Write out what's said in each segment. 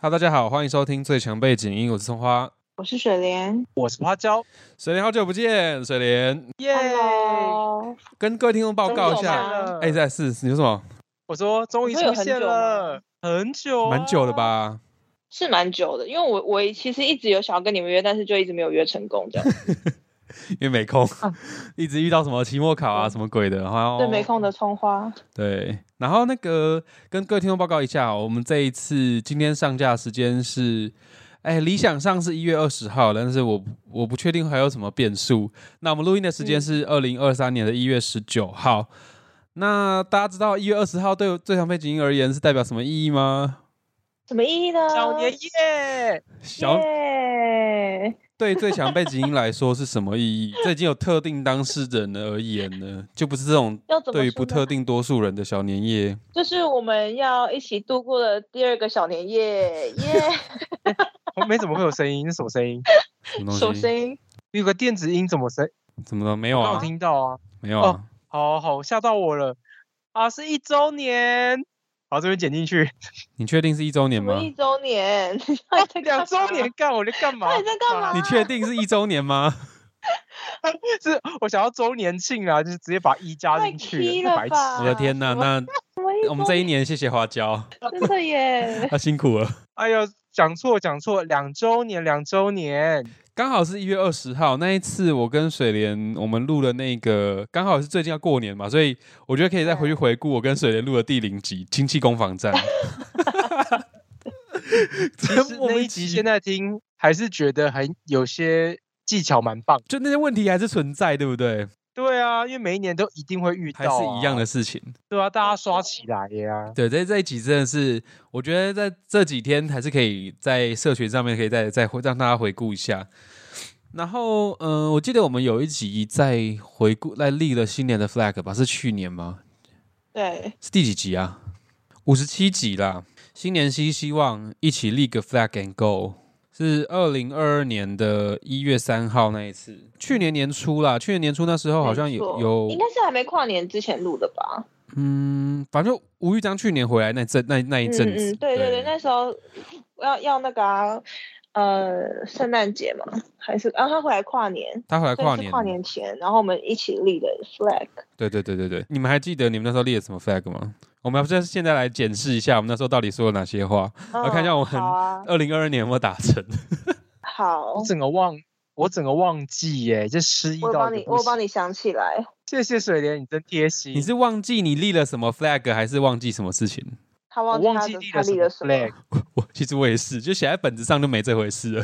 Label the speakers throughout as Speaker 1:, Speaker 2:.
Speaker 1: Hello，大家好，欢迎收听最强背景音，我是葱花。
Speaker 2: 我是水莲。
Speaker 3: 我是花椒，
Speaker 1: 水莲好久不见，水莲
Speaker 3: 耶
Speaker 2: Hello，
Speaker 1: 跟各位听众报告一
Speaker 2: 终于有吗
Speaker 1: 下。哎，在是你说什么？
Speaker 3: 我说终于出现了，很久、
Speaker 1: 蛮久的？
Speaker 2: 哦
Speaker 1: 吧？
Speaker 2: 是蛮久的，因为我我其实一直有想要跟你们约，但是就一直没有约成功，这样
Speaker 1: 因为没空， 一直遇到什么期末考啊，
Speaker 2: 嗯
Speaker 1: 什么鬼的，然后
Speaker 2: 哦对没空的
Speaker 1: 嗯
Speaker 2: 葱花。
Speaker 1: 对，然后那个跟各位听众报告一下哦，我们这一次今天上架时间是，哎，理想上是一月二十号，但是我不我不确定还有什么变数。那我们录音的时
Speaker 2: 嗯
Speaker 1: 间是二零二三年的一月十九号。那大家知道一月二十号对我最强背景音而言是代表什么意义吗？
Speaker 2: 什么意义呢？
Speaker 3: 小年夜，
Speaker 1: 小
Speaker 2: 耶
Speaker 1: 对最强背景音来说是什么意义？ 这已经有特定当事人而言了，就不是这种
Speaker 2: 要怎么
Speaker 1: 对于
Speaker 2: 说
Speaker 1: 不
Speaker 2: 呢
Speaker 1: 特定多数人的小年夜。
Speaker 2: 就是我们要一起度过的第二个小 年夜，耶！
Speaker 3: 后面怎么会有声音？是什么声音？
Speaker 1: 什么
Speaker 2: 手
Speaker 1: 东西？
Speaker 2: 声音，
Speaker 3: 有个电子音，怎么声？
Speaker 1: 怎么了？没有
Speaker 3: 我刚好
Speaker 1: 啊？
Speaker 3: 听到啊，
Speaker 1: 没有啊
Speaker 3: 哦？好好吓到我了啊！是一周年，好这边剪 进去，
Speaker 1: 你确定是一周年
Speaker 2: 我
Speaker 1: 吗
Speaker 2: 们？一周年， 你到底在干
Speaker 3: 两
Speaker 2: 嘛
Speaker 3: 周年，干我在 干嘛？
Speaker 2: 到底在干嘛
Speaker 1: 你确定是一周年吗？
Speaker 3: 是我想要周年庆啊，就是直接把一加
Speaker 2: 太
Speaker 3: 进
Speaker 2: key
Speaker 3: 去，
Speaker 2: 了
Speaker 3: 白痴。
Speaker 2: 吧
Speaker 1: 我的天哪！
Speaker 2: 什么
Speaker 1: 那我们这一年谢谢花椒，
Speaker 2: 真的耶，
Speaker 1: 他辛苦了。
Speaker 3: 哎呦，讲错讲错，两周年，两周年，
Speaker 1: 刚好是一月二十号那一次，我跟水莲我们录的那个，刚好是最近要过年嘛，所以我觉得可以再回去回顾我跟水莲录的第零集《亲戚攻防战》
Speaker 3: 其
Speaker 1: 真
Speaker 3: 实
Speaker 1: 莫
Speaker 3: 那
Speaker 1: 名
Speaker 3: 一
Speaker 1: 其
Speaker 3: 集
Speaker 1: 妙。
Speaker 3: 现在听还是觉得很有些技巧蛮棒。
Speaker 1: 就那些问题还是存在，对不对？
Speaker 3: 对啊，因为每一年都一定会遇到、
Speaker 1: 还是一样的。事情。
Speaker 3: 对啊，大家刷起来呀、
Speaker 1: 对，在这一集真的是，我觉得在这几天还是可以在社群上面可以再再回让大家回顾一下。然后，嗯、我记得我们有一集在回顾，在立了新年的 flag 吧？是去年吗？
Speaker 2: 对，
Speaker 1: 是第几集啊？五十七集啦。新年新希望，一起立个 flag and go。是二零二二年的一月三号那一次，去年年初啦，去年年初那时候好像
Speaker 2: 没
Speaker 1: 有
Speaker 2: 错
Speaker 1: 有
Speaker 2: 应该是还没跨年之前录的吧？
Speaker 1: 嗯，反正吴玉章去年回来那阵那那一
Speaker 2: 嗯
Speaker 1: 阵子，
Speaker 2: 嗯，对对对，那时候要要那个啊，呃，圣诞节嘛，还是然后他回来跨年，
Speaker 1: 他回来
Speaker 2: 所以
Speaker 1: 跨
Speaker 2: 是
Speaker 1: 年，
Speaker 2: 跨年前，然后我们一起立的 flag。
Speaker 1: 对对对对对，你们还记得你们那时候列了什么 flag 吗？我们要不现现在来检视一下，我们那时候到底说了哪些话？
Speaker 2: 我
Speaker 1: 我看一下我们
Speaker 2: 好啊，
Speaker 1: 二零二二年有没有达成？
Speaker 2: 好
Speaker 3: 我，整个忘，我整个忘记耶，这失忆
Speaker 2: 我
Speaker 3: 到
Speaker 2: 帮
Speaker 3: 一
Speaker 2: 你，
Speaker 3: 个不
Speaker 2: 我
Speaker 3: 行
Speaker 2: 帮你想起来，
Speaker 3: 谢谢水莲，你真贴心。
Speaker 1: 你是忘记你立了什么 flag，还是忘记什么事情？
Speaker 2: 他
Speaker 3: 我
Speaker 2: 忘
Speaker 3: 忘
Speaker 2: 记
Speaker 3: 记
Speaker 2: 他的他立
Speaker 3: 立了什
Speaker 2: 了
Speaker 3: 么
Speaker 2: 什么。
Speaker 3: flag，
Speaker 1: 我其实我也是，就写在本子上就没这回事 了。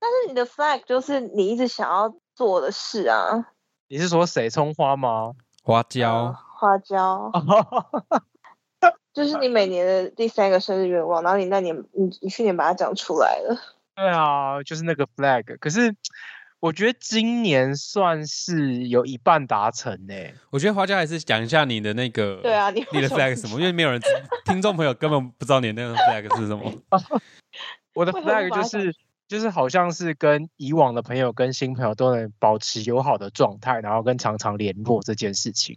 Speaker 2: 但是你的 flag 就是你一直想要做的事啊，
Speaker 3: 你是说谁葱花吗？
Speaker 1: 花
Speaker 2: 呃
Speaker 1: 椒，哦
Speaker 2: 花椒，就是你每年的第三个生日愿望，然后你那年你你去年把它讲出来了，
Speaker 3: 对啊，就是那个 flag。可是我觉得今年算是有一半达成呢。
Speaker 1: 我觉得花椒还是讲一下你的那个
Speaker 2: 对啊，你
Speaker 1: 立
Speaker 2: 为
Speaker 1: 的
Speaker 2: 什
Speaker 1: flag 什么，因为没有人知听众朋友根本不知道你的那个 flag 是什么。
Speaker 3: 我的
Speaker 2: 为何无
Speaker 3: flag
Speaker 2: 法
Speaker 3: 就
Speaker 2: 想
Speaker 3: 是就是好像是跟以往的朋友跟新朋友都能保持友好的状态，然后跟常常联络这件事情，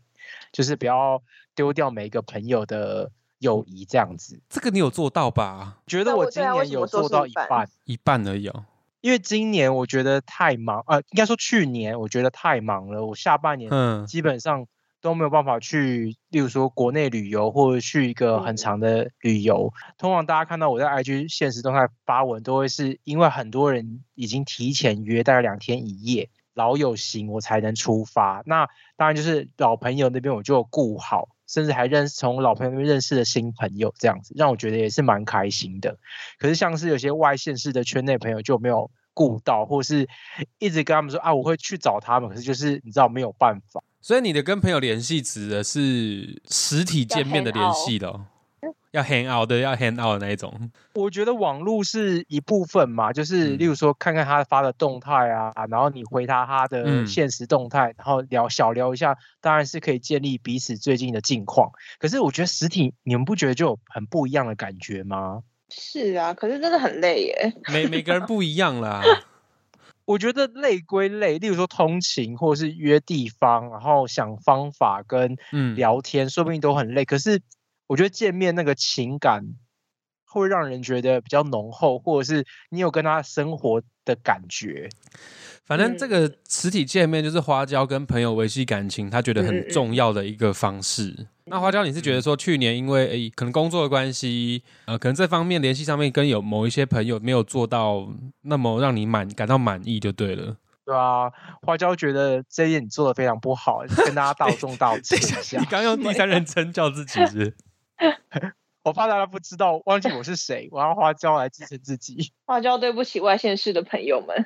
Speaker 3: 就是不要丢掉每一个朋友的友谊这样子。
Speaker 1: 这个你有做到吧？
Speaker 2: 嗯
Speaker 3: 觉
Speaker 2: 那
Speaker 3: 得
Speaker 2: 我
Speaker 3: 我
Speaker 2: 对
Speaker 3: 今
Speaker 2: 啊为
Speaker 3: 年
Speaker 2: 什么
Speaker 3: 有
Speaker 2: 说
Speaker 3: 做
Speaker 2: 是
Speaker 3: 到
Speaker 2: 一
Speaker 3: 一
Speaker 2: 半
Speaker 3: 半，
Speaker 1: 一半而已哦。
Speaker 3: 因为今年我觉得太忙，呃，应该说去年我觉得太忙了，我下半年
Speaker 1: 嗯，
Speaker 3: 基本上都没有办法去，例如说国内旅游或者去一个
Speaker 2: 嗯
Speaker 3: 很长的旅游。通常大家看到我在 IG 现实动态发文，都会是因为很多人已经提前约，大概两天一夜。老友行我才能出发，那当然就是老朋友那边我就有顾好，甚至还认识从老朋友那边认识的新朋友，这样子让我觉得也是蛮开心的。可是像是有些外县市的圈内朋友就没有顾到，或是一直跟他们说啊我会去找他们，可是就是你知道没有办法。
Speaker 1: 所以你的跟朋友联系指的是实体见面的联系的、哦，要 hang out 的，要 hang out 的那一种。
Speaker 3: 我觉得网络是一部分嘛，就是
Speaker 1: 嗯
Speaker 3: 例如说看看他发的动态啊，然后你回答他
Speaker 1: 嗯
Speaker 3: 的现实动态，然后聊小聊一下，当然是可以建立彼此最近的近况。可是我觉得实体，你们不觉得就有很不一样的感觉吗？
Speaker 2: 是啊，可是真的很累耶。
Speaker 1: 每每个人不一样 啦，
Speaker 3: 我觉得累归累，例如说通勤或者是约地方，然后想方法跟
Speaker 1: 嗯，
Speaker 3: 聊天，说不定都很累。可是我觉得见面那个情感会让人觉得比较浓厚，或者是你有跟他生活的感觉。
Speaker 1: 反正这个实体见面就是花椒跟朋友维系感情，他觉得很重要的一个方式。那花椒，你是觉
Speaker 3: 嗯
Speaker 1: 得说去年因为、诶可能工作的关系，呃，可能这方面联系上面跟有某一些朋友没有做到那么让你满感到满意就对了。
Speaker 3: 对啊，花椒觉得这一点你做的非常不好，跟大家 道众道歉一下
Speaker 1: 你。刚用第三人称叫自己是不是
Speaker 3: 我怕大家不知道，忘记我是谁，我让花椒来支撑自己。
Speaker 2: 花椒对不起外县市的朋友们。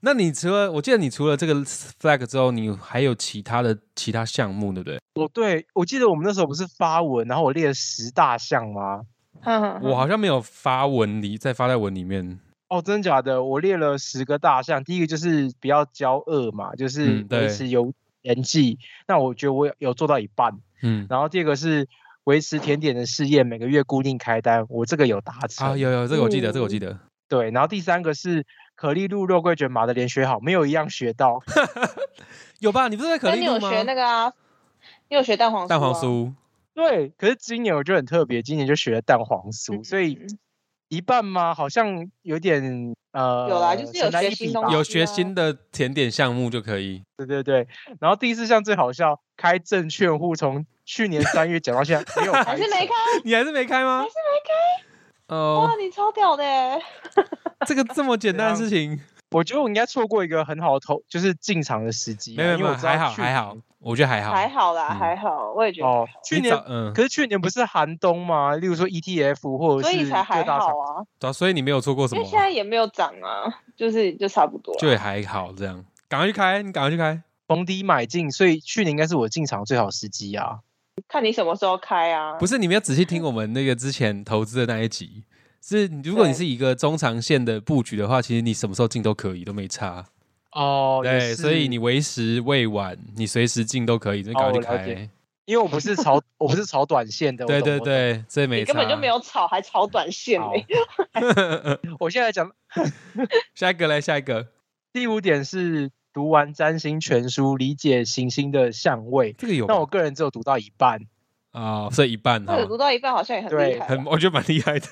Speaker 1: 那你除了我记得你除了这个 flag 之后，你还有其他的其他项目对不对？
Speaker 3: 我对我记得我们那时候不是发文，然后我列了十大项吗？
Speaker 2: 哼哼哼
Speaker 1: 我好像没有发文里，再发在文里面。
Speaker 3: 哦，真的假的？我列了十个大项，第一个就是不要骄傲嘛，就是
Speaker 1: 嗯对
Speaker 3: 维持有人际。那我觉得我有有做到一半。
Speaker 1: 嗯，
Speaker 3: 然后第二个是维持甜点的事业，每个月固定开单，我这个有达成。
Speaker 1: 啊，有有这个我记得，这个我记得。
Speaker 3: 对，然后第三个是可丽露肉桂卷马的连学好，没有一样学到。
Speaker 1: 有吧？你不是在可
Speaker 2: 那
Speaker 1: 丽
Speaker 2: 你
Speaker 1: 露
Speaker 2: 有
Speaker 1: 吗？
Speaker 2: 学那个啊？你有学蛋黄酥、啊？
Speaker 1: 蛋黄酥，
Speaker 3: 对，可是今年我就很特别，今年就学了蛋黄酥，所以
Speaker 2: 嗯
Speaker 3: 一半吗？好像有点呃，
Speaker 2: 有啦就是有
Speaker 3: 神来
Speaker 2: 学
Speaker 3: 一
Speaker 2: 新
Speaker 3: 笔
Speaker 2: 东
Speaker 3: 吧
Speaker 2: 西
Speaker 1: 有学新的甜点项目就可以。
Speaker 3: 对对对。然后第四项最好笑，开证券户从去年三月讲到现在没有开 成，
Speaker 2: 还是没开？
Speaker 1: 你还是没开吗？还是没开。
Speaker 2: 哇
Speaker 1: 哦，，
Speaker 2: 你超屌的欸！
Speaker 1: 这个这么简单的事情，
Speaker 3: 我觉得我应该错过一个很好的投，就是进场的时机啊，
Speaker 1: 没有没
Speaker 3: 因为
Speaker 1: 有，
Speaker 3: 我知道
Speaker 1: 还好
Speaker 3: 去
Speaker 1: 还好，我觉得还好。
Speaker 2: 还好啦，
Speaker 1: 嗯
Speaker 2: 还好，我也觉得。
Speaker 3: 哦，去
Speaker 1: 你
Speaker 3: 年
Speaker 1: 早嗯，
Speaker 3: 可是去年不是寒冬吗？例如说 ETF 或者
Speaker 2: 所
Speaker 3: 是
Speaker 2: 以
Speaker 3: 各
Speaker 2: 才还
Speaker 3: 大厂
Speaker 2: 好啊，
Speaker 1: 对啊所以你没有错过什
Speaker 2: 因
Speaker 1: 么
Speaker 2: 为，现在也没有涨啊，就是就差不多啊。
Speaker 1: 就也还好这样。赶快去开，你赶快去开。
Speaker 3: 逢低买进，所以去年应该是我进场最好时机啊。
Speaker 2: 看你什么时候开啊。
Speaker 1: 不是，你们要仔细听我们那个之前投资的那一集。是，如果你
Speaker 2: 对
Speaker 1: 是一个中长线的布局的话，其实你什么时候进都可以，都没差。
Speaker 3: 哦，也
Speaker 1: 对，所以
Speaker 3: 是
Speaker 1: 你为时未晚，你随时进都可以，就赶快去
Speaker 3: 哦我了解
Speaker 1: 开。
Speaker 3: 因为我不是炒，我不是炒短线的，我
Speaker 1: 对
Speaker 3: 懂
Speaker 1: 对，对，这没
Speaker 2: 你
Speaker 1: 差。
Speaker 2: 根本就没有炒，还炒短线欸
Speaker 3: 我
Speaker 2: 呢、
Speaker 3: 懂好 我现在讲
Speaker 1: 下一个来，下一个，
Speaker 3: 第五点是读完占星全书，理解行星的相位。
Speaker 1: 这个有吧
Speaker 3: 那我个人只有读到一半，
Speaker 1: 啊、所以一半哈
Speaker 2: 那，有读到一半好像也很厉
Speaker 3: 对
Speaker 2: 害
Speaker 1: 很
Speaker 2: 吧，
Speaker 1: 我觉得蛮厉害的。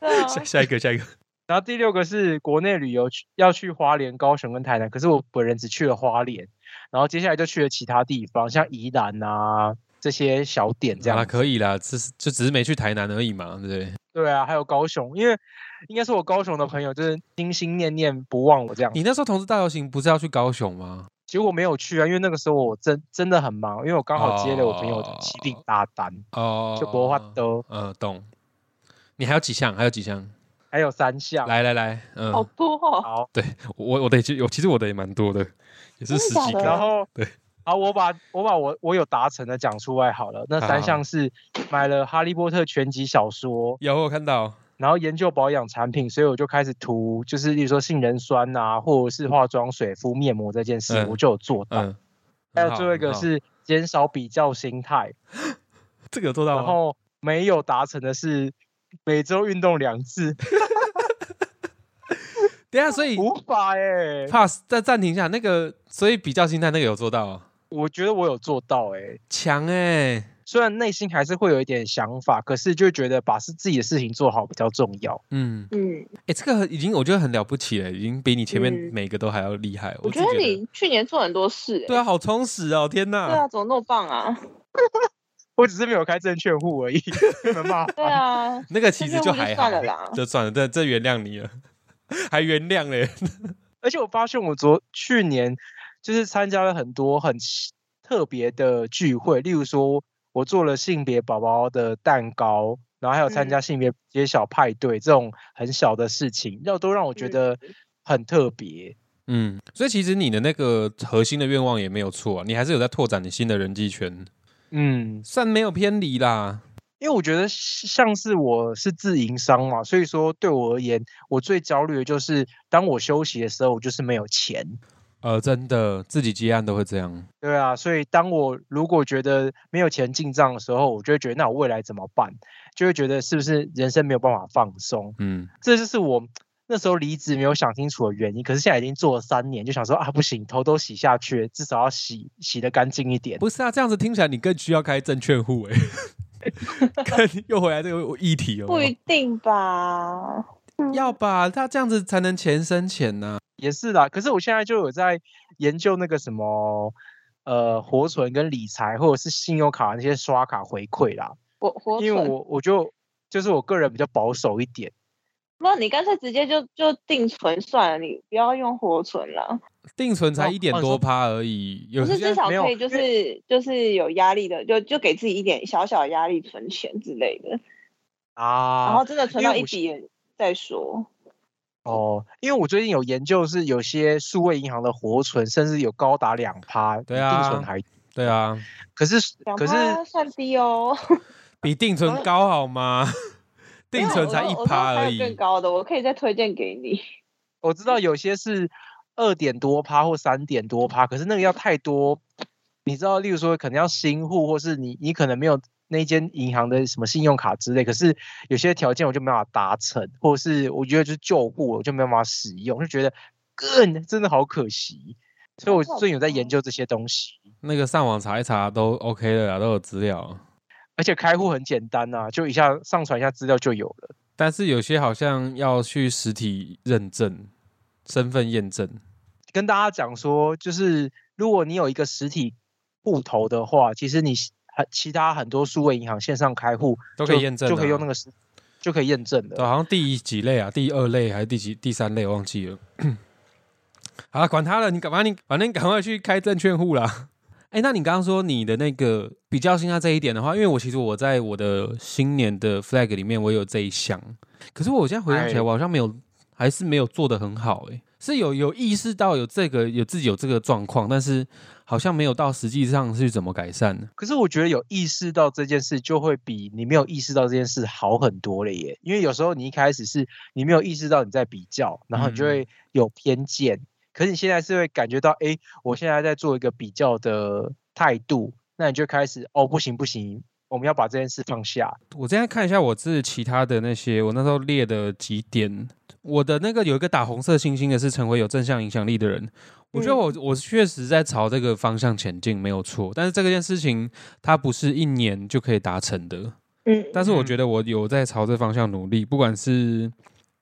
Speaker 2: 对啊，
Speaker 1: 下下一个，下一个，
Speaker 3: 然后第六个是国内旅游去要去花莲、高雄跟台南，可是我本人只去了花莲，然后接下来就去了其他地方，像宜兰啊这些小点这
Speaker 1: 好啦，
Speaker 3: 样子。
Speaker 1: 啊可以啦，只是就只是没去台南而已嘛，对不对？
Speaker 3: 对啊，还有高雄，因为应该是我高雄的朋友，就是心心念念不忘我这样。
Speaker 1: 你那时候同志大游行不是要去高雄吗？
Speaker 3: 结果没有去啊，因为那个时候我真真的很忙，因为我刚好接了我朋友的起饼大单，
Speaker 1: 哦，
Speaker 3: 就博法都
Speaker 1: 嗯，懂。你还有几项？还有几项？
Speaker 3: 还有三项。
Speaker 1: 来来来，嗯，
Speaker 2: 好多哦。
Speaker 3: 好，
Speaker 1: 我我的其实我其实我的也蛮多的，也是
Speaker 2: 哦真的
Speaker 1: 十
Speaker 2: 假
Speaker 1: 几
Speaker 2: 的
Speaker 1: 个
Speaker 3: 然。后
Speaker 1: 对，
Speaker 3: 好，我把我把我我有达成的讲出来好了。那
Speaker 1: 好好
Speaker 3: 三项是买了《哈利波特》全集小说，
Speaker 1: 有我有看到，
Speaker 3: 然后研究保养产品，所以我就开始涂，就是例如说杏仁酸啊，或者是化妆水、敷面膜这件事，
Speaker 1: 嗯
Speaker 3: 我就有做到。
Speaker 1: 嗯，
Speaker 3: 还有
Speaker 1: 很好
Speaker 3: 最后一个
Speaker 1: 很好
Speaker 3: 是减少比较心态，
Speaker 1: 这个有做到哦
Speaker 3: 然
Speaker 1: 吗？
Speaker 3: 后没有达成的是每周运动两次，
Speaker 1: 等一下，所
Speaker 2: 哦
Speaker 1: 以
Speaker 3: 无法哎、
Speaker 1: pass 再暂停一下，那个所以比较心态那个有做到哦，
Speaker 3: 我觉得我有做到哎、
Speaker 1: 强哎、
Speaker 3: 虽然内心还是会有一点想法，可是就觉得把是自己的事情做好比较重要。
Speaker 1: 嗯，
Speaker 2: 嗯，
Speaker 1: 哎、这个已经我觉得很了不起了，已经比你前面
Speaker 2: 嗯
Speaker 1: 每个都还要厉害。
Speaker 2: 我
Speaker 1: 自己
Speaker 2: 觉得
Speaker 1: 觉
Speaker 2: 你去年做很多事、欸，
Speaker 1: 对啊，好充实哦！天哪，
Speaker 2: 对啊，怎么那么棒啊？
Speaker 3: 我只是没有开证券户而已， 你们骂
Speaker 2: 对 啊，
Speaker 1: 那个其实
Speaker 2: 这任务
Speaker 1: 就
Speaker 2: 就
Speaker 1: 还好，
Speaker 2: 算了啦
Speaker 1: 就算了，这这原谅你了， 还原谅嘞。
Speaker 3: 而且我发现我昨去年就是参加了很多很奇特别的聚会，例如说我做了性别宝宝的蛋糕，然后还有参
Speaker 2: 嗯
Speaker 3: 加性别揭晓派对、这种很小的事情，要都让我觉
Speaker 2: 嗯
Speaker 3: 得很特别。
Speaker 1: 嗯，所以其实你的那个核心的愿望也没有错、啊，你还是有在拓展你新的人际圈，
Speaker 3: 嗯，
Speaker 1: 算没有偏离啦。
Speaker 3: 因为我觉得是像是我是自营商嘛，所以说对我而言，我最焦虑的就是当我休息的时候，我就是没有钱。
Speaker 1: 呃，真的，自己接案都会这样。
Speaker 3: 对啊，所以当我如果觉得没有钱进账的时候，我就会觉得那我未来怎么办？就会觉得是不是人生没有办法放松？
Speaker 1: 嗯，
Speaker 3: 这就是我那时候离职没有想清楚的原因。可是现在已经做了三年，就想说啊，不行，头都洗下去了，至少要洗洗得干净一 点。
Speaker 1: 不是啊，这样子听起来你更需要开证券户哎、看又回来这个议题有
Speaker 2: 不
Speaker 1: 没
Speaker 2: 一
Speaker 1: 有？
Speaker 2: 定吧？
Speaker 1: 要吧，他这样子才能钱生钱呢、
Speaker 3: 也是啦。可是我现在就有在研究那个什么，呃，活存跟理财，或者是信用卡那些刷卡回馈啦。
Speaker 2: 活活
Speaker 3: 因为
Speaker 2: 存，
Speaker 3: 我我就就是我个人比较保守一点，
Speaker 2: 那你干脆直接就就定存算了，你不要用活存了。
Speaker 1: 定存才
Speaker 3: 哦
Speaker 1: 一点
Speaker 3: 哦你
Speaker 1: 多
Speaker 3: 说
Speaker 1: 趴而已，有
Speaker 2: 不是
Speaker 1: 些
Speaker 2: 至少
Speaker 3: 没有
Speaker 2: 可以就是就是有压力的，就就给自己一点小小的压力存钱之类的，然
Speaker 3: 啊
Speaker 2: 后，真的存
Speaker 3: 因为
Speaker 2: 到一
Speaker 3: 我是
Speaker 2: 笔也再说。
Speaker 3: 哦，因为我最近有研究是有些数位银行的活存，甚至有高达两趴，比
Speaker 1: 对
Speaker 3: 定存
Speaker 1: 啊
Speaker 3: 还，
Speaker 1: 对啊，
Speaker 3: 可是
Speaker 2: 两
Speaker 3: 可是
Speaker 2: 趴算低哦，
Speaker 1: 比定存高好吗？ 定存才
Speaker 2: 没
Speaker 1: 一
Speaker 2: 有我说
Speaker 1: 趴
Speaker 2: 我说还
Speaker 1: 而
Speaker 2: 有
Speaker 1: 已，
Speaker 2: 更高的我可以再推荐给你。
Speaker 3: 我知道有些是二点多趴或三点多趴，可是那个要太多，你知道，例如说可能要新户，或是你你可能没有那间银行的什么信用卡之类，可是有些条件我就没办法达成，或者是我觉得就是旧户我就没办法使用，就觉得更真的好可惜，所以我
Speaker 2: 好可
Speaker 3: 最近有在研
Speaker 2: 惜
Speaker 3: 究这些东西。
Speaker 1: 那个上网查一查都 OK 的啦，都有资料。
Speaker 3: 而且开户很简单呐、就一下上传一下资料就有了。
Speaker 1: 但是有些好像要去实体认证、身份验证。
Speaker 3: 跟大家讲说，就是如果你有一个实体户头的话，其实你其很其他很多数位银行线上开户
Speaker 1: 都可以
Speaker 3: 就
Speaker 1: 验证
Speaker 3: 就可以用
Speaker 1: 啊
Speaker 3: 那个实就可以验证的
Speaker 1: 对，。好像第几类啊？第二类还是第几、第三类？忘记了。 好了，管他了，你赶快，你反正你赶快去开证券户啦。哎、那你刚刚说你的那个比较性在这一点的话，因为我其实我在我的新年的 flag 里面，我有这一项，可是我现在回想起来，
Speaker 3: 哎
Speaker 1: 我好像没有，还是没有做得很好、欸。哎，是有有意识到有这个有自己有这个状况，但是好像没有到实际上是怎么改善呢？
Speaker 3: 可是我觉得有意识到这件事，就会比你没有意识到这件事好很多了耶。因为有时候你一开始是你没有意识到你在比较，然后你就
Speaker 1: 嗯
Speaker 3: 会有偏见。可是你现在是会感觉到，哎，我现在在做一个比较的态度，那你就开始哦，不行不行，我们要把这件事放下。
Speaker 1: 我今天看一下我自己其他的那些，我那时候列的几点，我的那个有一个打红色星星的是成为有正向影响力的人。我觉得我我确实在朝这个方向前进，没有错。但是这件事情它不是一年就可以达成的。
Speaker 2: 嗯，
Speaker 1: 但是我觉得我有在朝这方向努力，不管是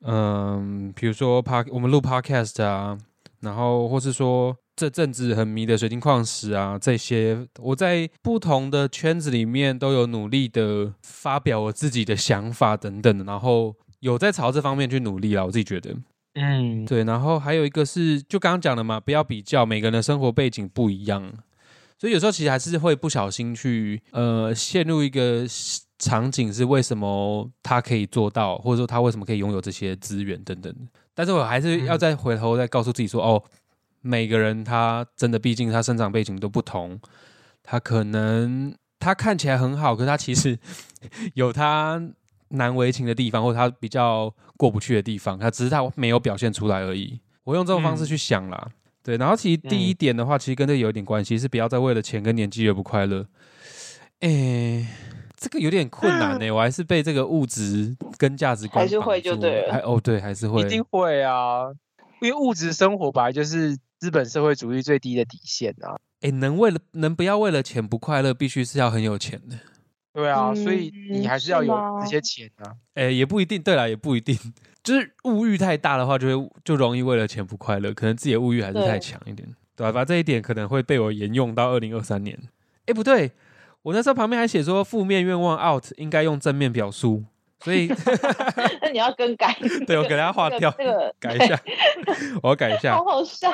Speaker 1: 嗯，比如说 p 我们录 podcast 啊，然后或是说这阵子很迷的水晶矿石啊，这些我在不同的圈子里面都有努力的发表我自己的想法等等的，然后有在朝这方面去努力啦，我自己觉得。
Speaker 3: 嗯，
Speaker 1: 对，然后还有一个是，就刚刚讲的嘛，不要比较，每个人的生活背景不一样，所以有时候其实还是会不小心去呃陷入一个场景，是为什么他可以做到，或者说他为什么可以拥有这些资源等等的。但是我还是要再回头再告诉自己说，哦，每个人他真的，毕竟他生长背景都不同，他可能他看起来很好，可是他其实 有他难为情的地方，或者他比较过不去的地方，他只是他没有表现出来而已。我用这种方式去想啦，
Speaker 2: 嗯
Speaker 1: 对。然后其实第一点的话，其实跟这个有一点关系，是不要再为了钱跟年纪而不快乐。诶、这个有点困难呢、我还是被这个物质跟价值观
Speaker 2: 嗯还是会
Speaker 1: 绑住
Speaker 2: 就对了
Speaker 1: 还哦，对，还是会
Speaker 3: 一定会啊，因为物质生活本来就是资本社会主义最低的底线啊。
Speaker 1: 哎，能为了能不要为了钱不快乐，必须是要很有钱的。
Speaker 3: 对啊，所以你
Speaker 2: 嗯
Speaker 3: 还是
Speaker 2: 是
Speaker 3: 要有
Speaker 2: 吗
Speaker 3: 这些钱啊。
Speaker 1: 哎，也不一定，对啦，也不一定，就是物欲太大的话，就会就容易为了钱不快乐，可能自己的物欲还是
Speaker 2: 对
Speaker 1: 太强一点，对吧、把这一点可能会被我沿用到二零二三年。哎，不对，我那时候旁边还写说负面愿望 out 应该用正面表述，所以，
Speaker 2: 那你要更改
Speaker 1: 对我给它划
Speaker 2: 这个
Speaker 1: 掉
Speaker 2: 这个
Speaker 1: 改一下，我要改一下
Speaker 2: 好。好笑，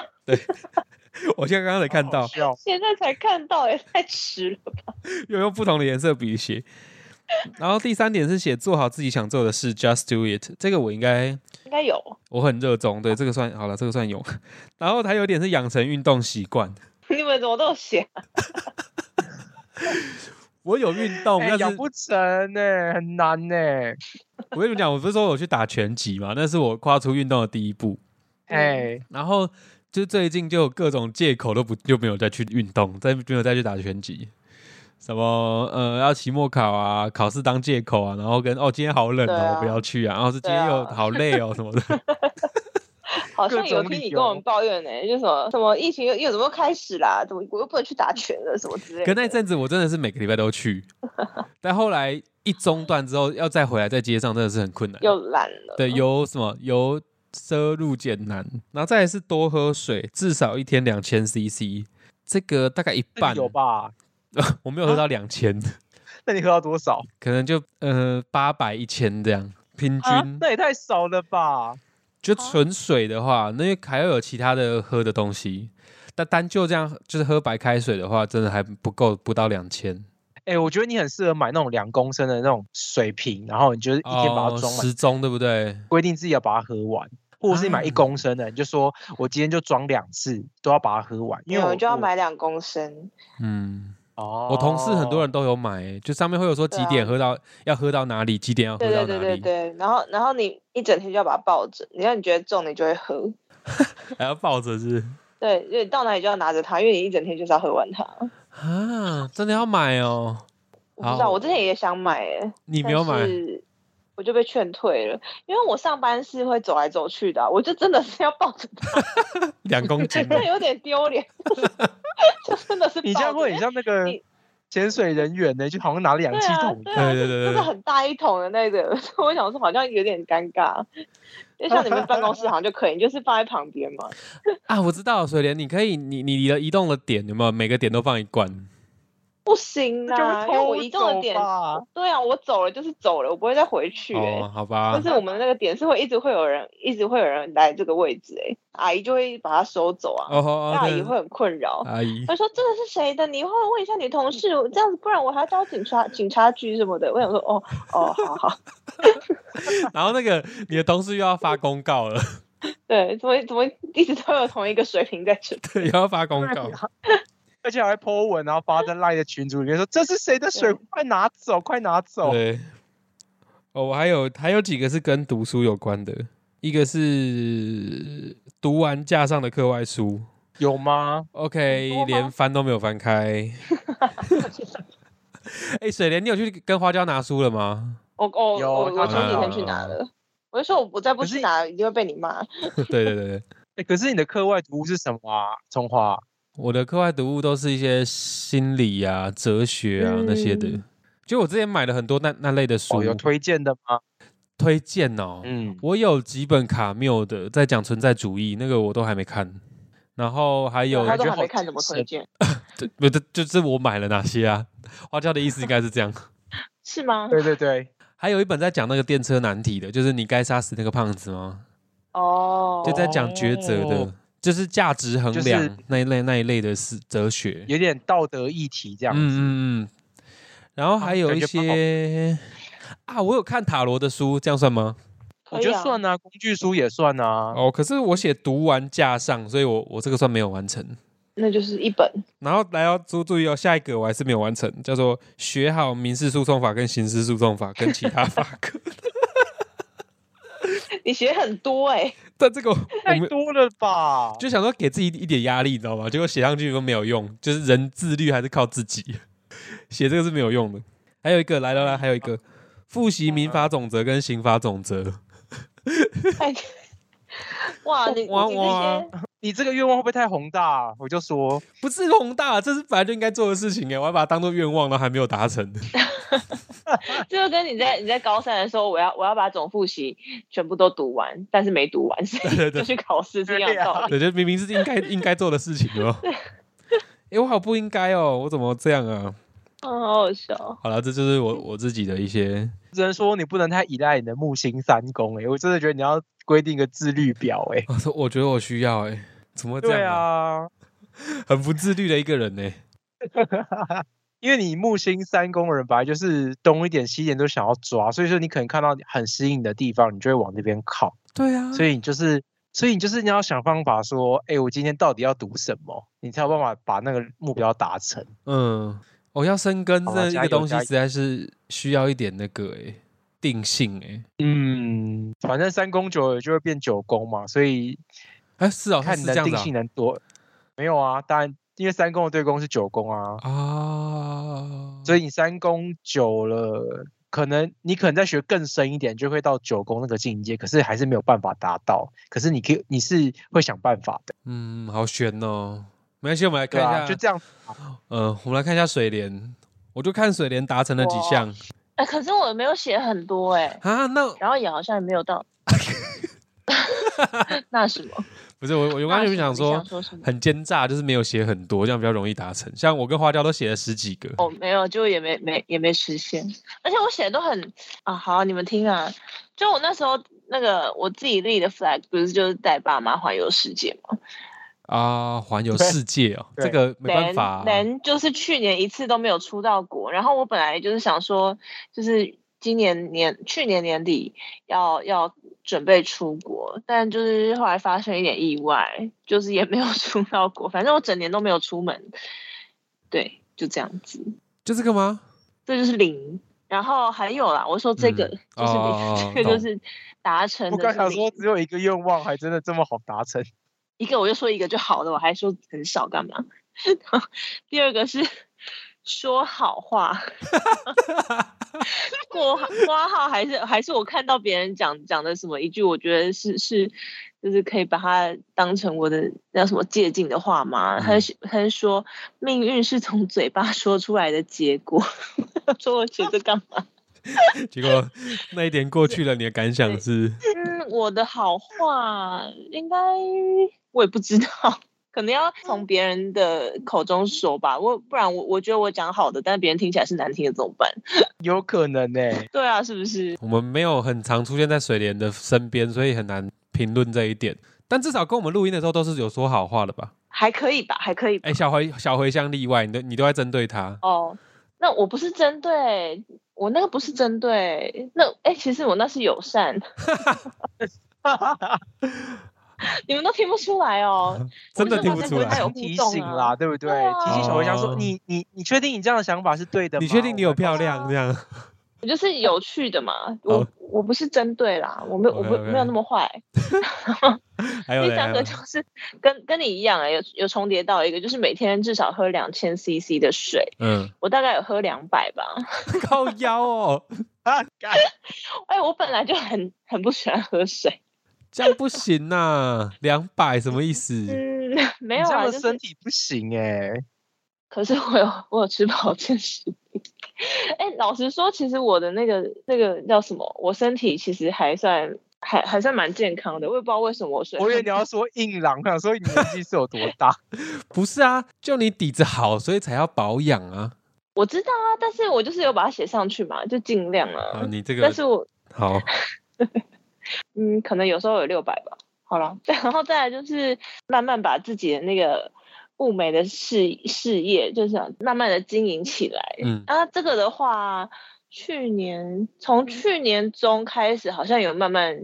Speaker 1: 我现在刚刚才 看
Speaker 3: 好
Speaker 1: 到，
Speaker 3: 笑
Speaker 2: 现在才看到，也太迟了吧？
Speaker 1: 又用不同的颜色笔写。然后第三点是写做好自己想做的事，just do it。这个我应该
Speaker 2: 应该有，
Speaker 1: 我很热衷，对这个算好了，这个算有。 然后还有一点是养成运动习惯，
Speaker 2: 你们怎么都有写？啊
Speaker 1: 我有运动，
Speaker 3: 哎
Speaker 1: 但
Speaker 3: 养
Speaker 1: 是
Speaker 3: 不成呢、很难呢、
Speaker 1: 我跟你们讲，我不是说我去打拳击嘛，那是我跨出运动的第一步。
Speaker 3: 哎、
Speaker 1: 然后就最近就有各种借口都不就没有再去运动，再没有再去打拳击，什么呃要期末考啊，考试当借口啊，然后跟哦今天好冷
Speaker 2: 对
Speaker 1: 哦，
Speaker 2: 啊
Speaker 1: 我不要去啊，然后是今天
Speaker 2: 对啊
Speaker 1: 又好累哦什么的。
Speaker 2: 好
Speaker 3: 各
Speaker 2: 像有
Speaker 3: 种
Speaker 2: 听
Speaker 3: 理
Speaker 2: 你跟我们
Speaker 3: 由
Speaker 2: 抱怨呢、就什么什么疫情又又怎么开始啦？怎么我又不能去打拳了什么之类
Speaker 1: 可
Speaker 2: 的。
Speaker 1: 那一阵子我真的是每个礼拜都去，但后来一中断之后，要再回来在街上真的是很困难。
Speaker 2: 又懒了。
Speaker 1: 对，
Speaker 3: 哦
Speaker 1: 由什么由奢入俭难，然后再来是多喝水，至少一天两千 CC，这个大概一
Speaker 3: 那
Speaker 1: 半
Speaker 3: 你有？吧？啊
Speaker 1: 我没有喝到两千、
Speaker 3: 那你喝到多少
Speaker 1: 可能就呃八百一千这样平均。
Speaker 3: 啊？那哦也太少了吧？
Speaker 1: 就纯水的话，那还要有其他的喝的东西。但单就这样，就是喝白开水的话，真的还不够，不到两千。
Speaker 3: 哎、我觉得你很适合买那种两公升的那种水瓶，然后你就是一天把它
Speaker 1: 哦
Speaker 3: 装满，
Speaker 1: 时钟对不对？
Speaker 3: 规定自己要把它喝完，或者是你买一
Speaker 1: 啊
Speaker 3: 公升的，你就说我今天就装两次，都要把它喝完，因
Speaker 2: 没
Speaker 3: 为
Speaker 2: 有，
Speaker 3: 我
Speaker 2: 就要。买两公升。
Speaker 1: 嗯，
Speaker 3: 我哦，
Speaker 1: 我同事很多人都有买、就上面会有说
Speaker 2: 对
Speaker 1: 几
Speaker 2: 啊
Speaker 1: 点喝到，要喝到哪里，几点要喝
Speaker 2: 对
Speaker 1: 到哪
Speaker 2: 对
Speaker 1: 里。
Speaker 2: 对对对，然后然后你一整天就要把它抱着，你要你觉得重，你就会喝。
Speaker 1: 还要抱着是不是
Speaker 2: 对，因为你到哪里就要拿着它，因为你一整天就是要喝完它。
Speaker 1: 啊，真的要买哦。
Speaker 2: 我不知
Speaker 1: 好
Speaker 2: 道，我之前也想买、欸，
Speaker 1: 你
Speaker 2: 你
Speaker 1: 没有买，
Speaker 2: 我就被劝退了，因为我上班是会走来走去的啊、我就真的是要抱着它，
Speaker 1: 两公斤哦
Speaker 2: 真的有点丢脸， 就真的是
Speaker 3: 你这样
Speaker 2: 抱着
Speaker 3: 会很像那个
Speaker 2: 哦你
Speaker 3: 潜水人员呢、就好像拿了氧
Speaker 2: 对
Speaker 3: 气
Speaker 2: 啊
Speaker 3: 筒，一
Speaker 2: 对
Speaker 3: 样。
Speaker 2: 啊，
Speaker 1: 对对
Speaker 2: 就
Speaker 1: 对
Speaker 2: 真
Speaker 1: 对
Speaker 2: 的很大一桶的那个，所 以我想说好像有点尴尬，就像你们办公室好像就可以，你就是放在旁边嘛。
Speaker 1: 啊！我知道，水莲，你可以，你你你的移动的点有没有？每个点都放一罐。
Speaker 2: 不行
Speaker 3: 这就
Speaker 2: 啊，
Speaker 3: 会
Speaker 2: 因为
Speaker 3: 偷
Speaker 2: 我移动的
Speaker 3: 走
Speaker 2: 点，
Speaker 3: 吧
Speaker 2: 对啊，我走了就是走了，我不会再回去、欸。
Speaker 1: 哦，好吧
Speaker 2: 但。是我们的那个点是会一直会有人，一直会有人来这个位置、欸，阿姨就会把它收走啊，
Speaker 1: 哦哦，
Speaker 2: 那阿姨
Speaker 1: 对
Speaker 2: 会很困扰。
Speaker 1: 阿姨，
Speaker 2: 她说：“这个是谁的？你以后问一下你同事，这样子不然我还要到警察警察局什么的。”我想说：“哦哦，好好，
Speaker 1: 然后那个你的同事又要发公告了，
Speaker 2: 对，怎么怎么一直都有同一个水平在这
Speaker 1: 对，又要发公告
Speaker 3: 对。啊而且还会 po 文，然后发在 LINE 的群组里面说这是谁的水，
Speaker 2: 对
Speaker 3: 快拿走， 快拿走。
Speaker 1: 对，哦，我还有还有几个是跟读书有关的，一个是读完架上的课外书
Speaker 3: 有吗？
Speaker 1: ，OK，
Speaker 2: 很多吗
Speaker 1: 连翻都没有翻开。哎，水莲，你有去跟花椒拿书了吗？
Speaker 2: 我我
Speaker 3: 有
Speaker 2: 我
Speaker 3: 他
Speaker 2: 我前
Speaker 1: 拿
Speaker 2: 几
Speaker 1: 了
Speaker 2: 天去拿了，我就说我不再不
Speaker 3: 可是
Speaker 2: 去拿，一定会被你骂。
Speaker 1: 对对对对，
Speaker 3: 哎、可是你的课外读物是什么啊？葱花，
Speaker 1: 我的课外读物都是一些心理啊、哲学啊那些的
Speaker 2: 嗯。
Speaker 1: 就我之前买了很多那那类的书，
Speaker 3: 哦，有推荐的吗？
Speaker 1: 推荐哦。
Speaker 3: 嗯，
Speaker 1: 我有几本卡缪的在讲存在主义，那个我都还没看。然后还有，
Speaker 2: 他
Speaker 3: 感
Speaker 2: 都
Speaker 3: 觉
Speaker 2: 还
Speaker 3: 好
Speaker 2: 没看，怎么推
Speaker 3: 是
Speaker 2: 荐？
Speaker 1: 这不这就是我买了哪些啊？花椒的意思应该是这样。
Speaker 2: 是吗？
Speaker 3: 对对对，
Speaker 1: 还有一本在讲那个电车难题的，就是你该杀死那个胖子吗？
Speaker 2: 哦，
Speaker 1: 就在讲抉择的，
Speaker 3: 哦
Speaker 1: 就是价值衡量、
Speaker 3: 就是
Speaker 1: 那一类那一类的是哲学。
Speaker 3: 有点道德议题这样子。
Speaker 1: 嗯嗯嗯。然后还有一
Speaker 3: 感觉蛮好
Speaker 1: 些啊，我有看塔罗的书，这样算吗？
Speaker 2: 可
Speaker 3: 我
Speaker 2: 以
Speaker 3: 觉得
Speaker 2: 啊
Speaker 3: 算啊，工具书也算啊。
Speaker 1: 哦，可是我写读完架上，所以我我这个算没有完成。
Speaker 2: 那就是一本
Speaker 1: 然后来要注注意哦，下一个我还是没有完成，叫做学好民事诉讼法跟刑事诉讼法跟其他法 科。
Speaker 2: 你写很多 哎、
Speaker 1: 但这个我我
Speaker 3: 太
Speaker 1: 们
Speaker 3: 多了吧？
Speaker 1: 就想说给自己一点压力，你知道吗？结果写上去都没有用，就是人自律还是靠自己， 写这个是没有用的。还有一个来来来，还有一个复习民法总则跟刑法总则，
Speaker 2: 太哇，你你
Speaker 1: 哇
Speaker 2: 你
Speaker 1: 哇
Speaker 2: 这些
Speaker 3: 你这个愿望会不会太宏大啊、我就说，
Speaker 1: 不是宏大，这是本来就应该做的事情哎，我还把它当做愿望，然后还没有达成。
Speaker 2: 这就跟你在你在高三的时候，我要我要把总复习全部都读完，但是没读完，所
Speaker 1: 对对
Speaker 2: 以
Speaker 1: 对
Speaker 2: 就去考试这样
Speaker 3: 对
Speaker 2: 的
Speaker 3: 啊
Speaker 2: 道理。
Speaker 1: 对，就明明是应该应该做的事情哦。 哎、我好不应该哦，我怎么这样啊？
Speaker 2: 嗯，好好笑。
Speaker 1: 好了，这就是我我自己的一些
Speaker 3: 只能说你不能太依赖你的木星三宫哎、我真的觉得你要规定一个自律表哎、
Speaker 1: 我说我觉得我需要哎、怎么 会这
Speaker 3: 对
Speaker 1: 样、
Speaker 3: 啊，
Speaker 1: 啊？很不自律的一个人呢、
Speaker 3: 因为你木星三宫的人本来就是东一点西一点都想要抓，所以说你可能看到很吸引你的地方，你就会往那边靠。
Speaker 1: 对啊
Speaker 3: 所以你就是，所以你就是你要想方法说，哎、我今天到底要读什么，你才有办法把那个目标达成。
Speaker 1: 嗯，我、要生根
Speaker 3: 好啊
Speaker 1: 这一
Speaker 3: 加
Speaker 1: 个
Speaker 3: 油
Speaker 1: 东西
Speaker 3: 加油
Speaker 1: 实在是需要一点那个哎、定性哎、
Speaker 3: 嗯，反正三宫久了就会变九宫嘛，所以
Speaker 1: 哎、是哦，
Speaker 3: 看
Speaker 1: 是
Speaker 3: 你
Speaker 1: 这
Speaker 3: 的
Speaker 1: 样子
Speaker 3: 定性能多。没有啊，当然，因为三宫的对宫是九宫啊，
Speaker 1: 啊。啊
Speaker 3: 所以你三宫久了，可能你可能在学更深一点，就会到九宫那个境界，可是还是没有办法达到。可是你可以，你是会想办法的，
Speaker 1: 嗯，好悬哦。没关系，我们来看
Speaker 3: 对
Speaker 1: 一
Speaker 3: 啊，
Speaker 1: 下，
Speaker 3: 就这样。
Speaker 1: 呃，我们来看一下水莲，我就看水莲达成了几
Speaker 2: 哇
Speaker 1: 项
Speaker 2: 哎、可是我没有写很多哎、
Speaker 1: 啊？那
Speaker 2: 然后也好像也没有 到。 那什么？
Speaker 1: 不是我，我我
Speaker 2: 我
Speaker 1: 刚刚就想说
Speaker 2: 想，说什么？
Speaker 1: 很奸诈，就是没有写很多，这样比较容易达成。像我跟花雕都写了十几个，
Speaker 2: 哦，没有，就也没没也没实现，而且我写的都很啊，好，你们听啊，就我那时候那个我自己立的 flag 不是就是带爸妈环游世界吗？
Speaker 1: 啊，环游
Speaker 3: 对
Speaker 1: 世界哦，
Speaker 3: 对
Speaker 1: 这个没办法啊、
Speaker 2: 能就是去年一次都没有出到国，然后我本来就是想说，就是今年年去年年底要要准备出国，但就是后来发生一点意外，就是也没有 出到国，反正我整年都没有出门，对，就这样子，
Speaker 1: 就这个吗？
Speaker 2: 这就是零。然后还有啦，我说这个、
Speaker 1: 嗯
Speaker 2: 就是零，
Speaker 1: 哦
Speaker 2: 这个
Speaker 1: 懂
Speaker 2: 就是达成
Speaker 3: 我
Speaker 2: 的
Speaker 3: 刚
Speaker 2: 是
Speaker 3: 想说
Speaker 2: 零。
Speaker 3: 只有一个愿望，还真的这么好达成。
Speaker 2: 一个我就说一个就好了，我还说很少干嘛？ 然后第二个是说好话，过花号还是还是我看到别人讲讲的什么一句，我觉得是是就是可以把它当成我的那叫什么借镜的话嘛。
Speaker 1: 嗯
Speaker 2: 他是他是说命运是从嘴巴说出来的结果， 我说我写这干嘛？
Speaker 1: 结果那一点过去了，你的感想 是
Speaker 2: 嗯，我的好话应该我也不知道，可能要
Speaker 1: 嗯
Speaker 2: 从别人的口中说吧。我不然我我觉得我讲好的，但是别人听起来是难听的，怎么办？
Speaker 3: 有可能 呢、
Speaker 2: 对啊，是不是？
Speaker 1: 我们没有很常出现在水莲的身边，所以很难评论这一点。但至少跟我们录音的时候都是有说好话的吧？
Speaker 2: 还可以吧，还可以吧
Speaker 1: 哎、小茴小茴香例外，你都你都在针对他，
Speaker 2: 哦，那我不是针对我那个不是针对那哎、其实我那是友善，你们都听不出来 哦。
Speaker 1: 真的
Speaker 2: 我
Speaker 1: 听
Speaker 2: 是
Speaker 1: 不
Speaker 2: 我
Speaker 1: 出
Speaker 2: 在
Speaker 1: 来
Speaker 2: 有。
Speaker 3: 提
Speaker 2: 互动
Speaker 3: 醒
Speaker 2: 啊
Speaker 3: 啦，对不对？
Speaker 2: 对啊
Speaker 3: 提醒小茴香说：“
Speaker 1: 哦
Speaker 3: 你你你确定你这样的想法是对的吗？
Speaker 1: 你确定你有
Speaker 3: 我们
Speaker 1: 漂亮这样？
Speaker 2: 我就是有趣的嘛，我
Speaker 1: 好
Speaker 2: 我不是针对啦，我没有我不
Speaker 1: OK，OK
Speaker 2: 没有那么坏。
Speaker 1: 还有
Speaker 2: 第
Speaker 1: 嘞，还
Speaker 2: 三
Speaker 1: 有
Speaker 2: 个
Speaker 1: 嘞
Speaker 2: 就是 跟跟你一样啊，有有重叠到一个，就是每天至少喝两千 CC 的水，
Speaker 1: 嗯，
Speaker 2: 我大概有喝两百吧。
Speaker 1: 靠腰哦，
Speaker 3: 啊？ 干
Speaker 2: 哎，我本来就很很不喜欢喝水，
Speaker 1: 这样不行呐、两百什么意思？
Speaker 2: 嗯， 没
Speaker 3: 你
Speaker 2: 有
Speaker 3: 这
Speaker 2: 啊，
Speaker 3: 样
Speaker 2: 就
Speaker 3: 的身
Speaker 2: 是
Speaker 3: 体不行哎、
Speaker 2: 可是我有我有吃保健食品。 哎，老实说，其实我的那个那个叫什么，我身体其实还算还还算蛮健康的，我也不知道为什么我水
Speaker 3: 我以为
Speaker 2: 分
Speaker 3: 你要说硬朗，我想说你年纪是有多大？
Speaker 1: 不是啊，就你底子好，所以才要保养啊。
Speaker 2: 我知道啊，但是我就是有把它写上去嘛，就尽量
Speaker 1: 啊，
Speaker 2: 啊。
Speaker 1: 你这个
Speaker 2: 但是我
Speaker 1: 好，
Speaker 2: 嗯，可能有时候有六百吧。好了， 然后再来就是慢慢把自己的那个物美的事事业，就是想慢慢的经营起来。
Speaker 1: 嗯
Speaker 2: 啊，这个的话，去年从去年中开始，好像有慢慢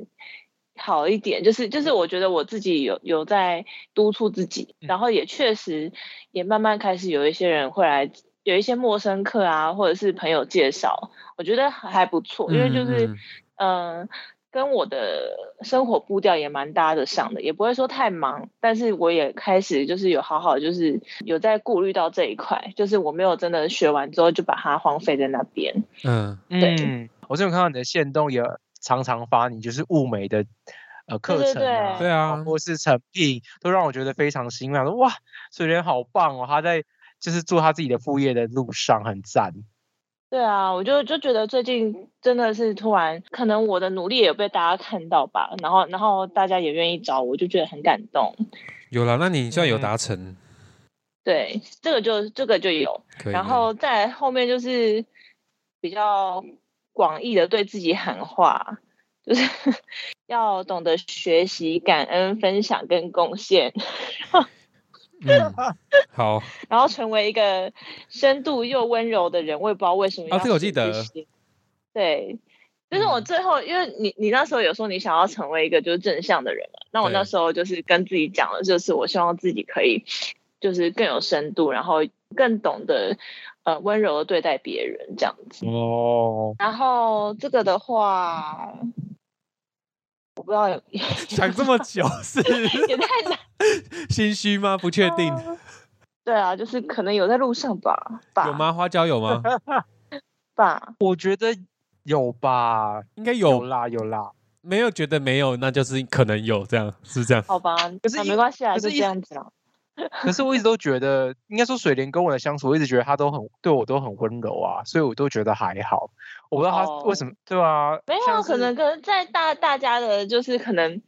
Speaker 2: 好一点，就是就是我觉得我自己有有在督促自己，
Speaker 3: 嗯
Speaker 2: 然后也确实也慢慢开始有一些人会来，有一些陌生客啊，或者是朋友介绍，我觉得还还不错，因为就是。
Speaker 1: 嗯嗯
Speaker 2: 嗯，跟我的生活步调也蛮搭得上的，也不会说太忙，但是我也开始就是有好好就是有在顾虑到这一块，就是我没有真的学完之后就把它荒废在那边。
Speaker 1: 嗯，
Speaker 2: 对
Speaker 3: 嗯，我最近有看到你的线动也常常发你就是物美的呃课
Speaker 2: 对
Speaker 3: 程啊，
Speaker 1: 对啊
Speaker 3: 啊或是成品，都让我觉得非常欣慰。我想说哇，水莲好棒哦，他在就是做他自己的副业的路上很赞。
Speaker 2: 对啊，我就就觉得最近真的是突然，可能我的努力也有被大家看到吧，然后然后大家也愿意找我，就觉得很感动。
Speaker 1: 有了，那你算有达
Speaker 2: 嗯
Speaker 1: 成，
Speaker 2: 对，这个就这个就有，
Speaker 1: 可以。
Speaker 2: 然后再后面就是比较广义的对自己喊话，就是 要懂得学习、感恩、分享跟贡献，
Speaker 1: 嗯，好
Speaker 2: 然后成为一个深度又温柔的人。我也不知道为什么
Speaker 1: 啊
Speaker 2: 要
Speaker 1: 这个我
Speaker 2: 写
Speaker 1: 记得
Speaker 2: 些对。就是我
Speaker 3: 嗯
Speaker 2: 最后，因为你你那时候有说你想要成为一个就是正向的人嘛，那我那
Speaker 1: 对
Speaker 2: 时候就是跟自己讲的，就是我希望自己可以就是更有深度，然后更懂得呃温柔的对待别人这样子。
Speaker 3: 哦，
Speaker 2: 然后这个的话，我不知道有
Speaker 1: 想这么久是
Speaker 2: 也太难。
Speaker 1: 心虚吗？不确定，
Speaker 2: 对啊，就是可能有在路上吧，吧
Speaker 1: 有吗？花椒有吗？
Speaker 2: 吧，
Speaker 3: 我觉得有吧？
Speaker 1: 应该
Speaker 3: 有
Speaker 1: 有，
Speaker 3: 啦有啦，
Speaker 1: 没有觉得没有，那就是可能有，这样是这样。
Speaker 2: 好吧，
Speaker 3: 是
Speaker 2: 那
Speaker 3: 一
Speaker 2: 没关系啊，
Speaker 3: 可是
Speaker 2: 就
Speaker 3: 一
Speaker 2: 这样子啦。
Speaker 3: 可是我一直都觉得，应该说水莲跟我的相处，我一直觉得他都很对我都很温柔啊，所以我都觉得还好。我不知道他为什么，对啊，
Speaker 2: 没有啊，
Speaker 3: 像
Speaker 2: 可
Speaker 3: 是
Speaker 2: 能可能在大大家的，就是可能，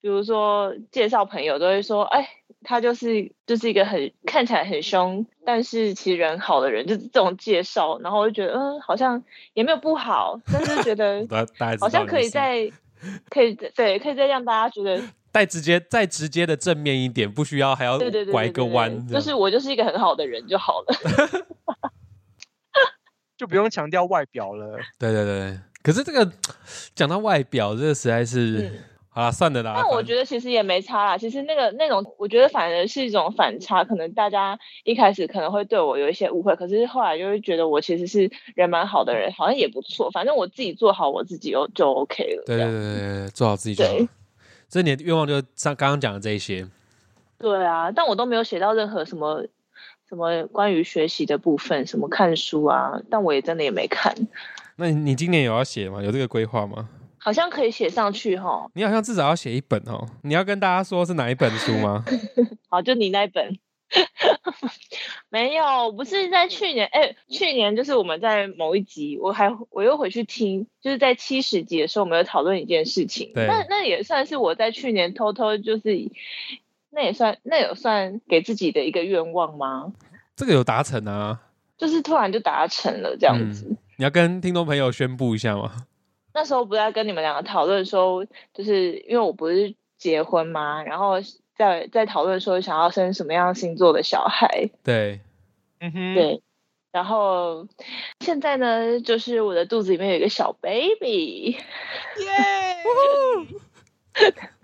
Speaker 2: 比如说介绍朋友都会说，哎，他就是就是一个很看起来很凶，但是其实人好的人，就是这种介绍，然后我就觉得，嗯，好像也没有不好，但是觉 得
Speaker 1: 大大家知道
Speaker 2: 哦好像
Speaker 1: 你
Speaker 2: 可以
Speaker 1: 是
Speaker 2: 再可以再对，可以再让大家觉得
Speaker 1: 再直接再直接的正面一点，不需要还要
Speaker 2: 对对对对
Speaker 1: 拐一个
Speaker 2: 对
Speaker 1: 弯，这
Speaker 2: 就
Speaker 1: 样
Speaker 2: 是我就是一个很好的人就好了。
Speaker 3: 就不用强调外表了。
Speaker 1: 对对对。可是这个讲到外表，这个实在是、
Speaker 2: 嗯
Speaker 1: 好啦，算了啦。
Speaker 2: 但我觉得其实也没差啦，其实那个那种，我觉得反而是一种反差，可能大家一开始可能会对我有一些误会，可是后来就会觉得我其实是人蛮好的人，好像也不错，反正我自己做好我自己就就 OK 了。
Speaker 1: 对
Speaker 2: 这
Speaker 1: 对
Speaker 2: 样
Speaker 1: 对对对，做好自己就好
Speaker 2: 嗯对。
Speaker 1: 所以你的愿望就上刚刚讲的这一些，
Speaker 2: 对啊，但我都没有写到任何什么什么关于学习的部分，什么看书啊，但我也真的也没看，
Speaker 1: 那你你今年有要写吗？有这个规划吗？
Speaker 2: 好像可以写上去哈。
Speaker 1: 你好像至少要写一本哦。你要跟大家说是哪一本书 吗？
Speaker 2: 好，就你那一本。 没有，不是在去年，哎、去年就是我们在某一集，我还我又回去听，就是在七十集的时候，我们有讨论一件事情。
Speaker 1: 对
Speaker 2: 那那也算是我在去年偷偷就是，那也算那有算给自己的一个愿望吗？
Speaker 1: 这个有达成啊。
Speaker 2: 就是突然就达成了这样子。
Speaker 1: 你要跟听众朋友宣布一下吗？
Speaker 2: 那时候不是在跟你们两个讨论说，就是因为我不是结婚嘛，然后在在讨论说想要生什么样星座的小孩。
Speaker 1: 对，
Speaker 3: 嗯哼，
Speaker 2: 对，然后现在呢，就是我的肚子里面有一个小 baby，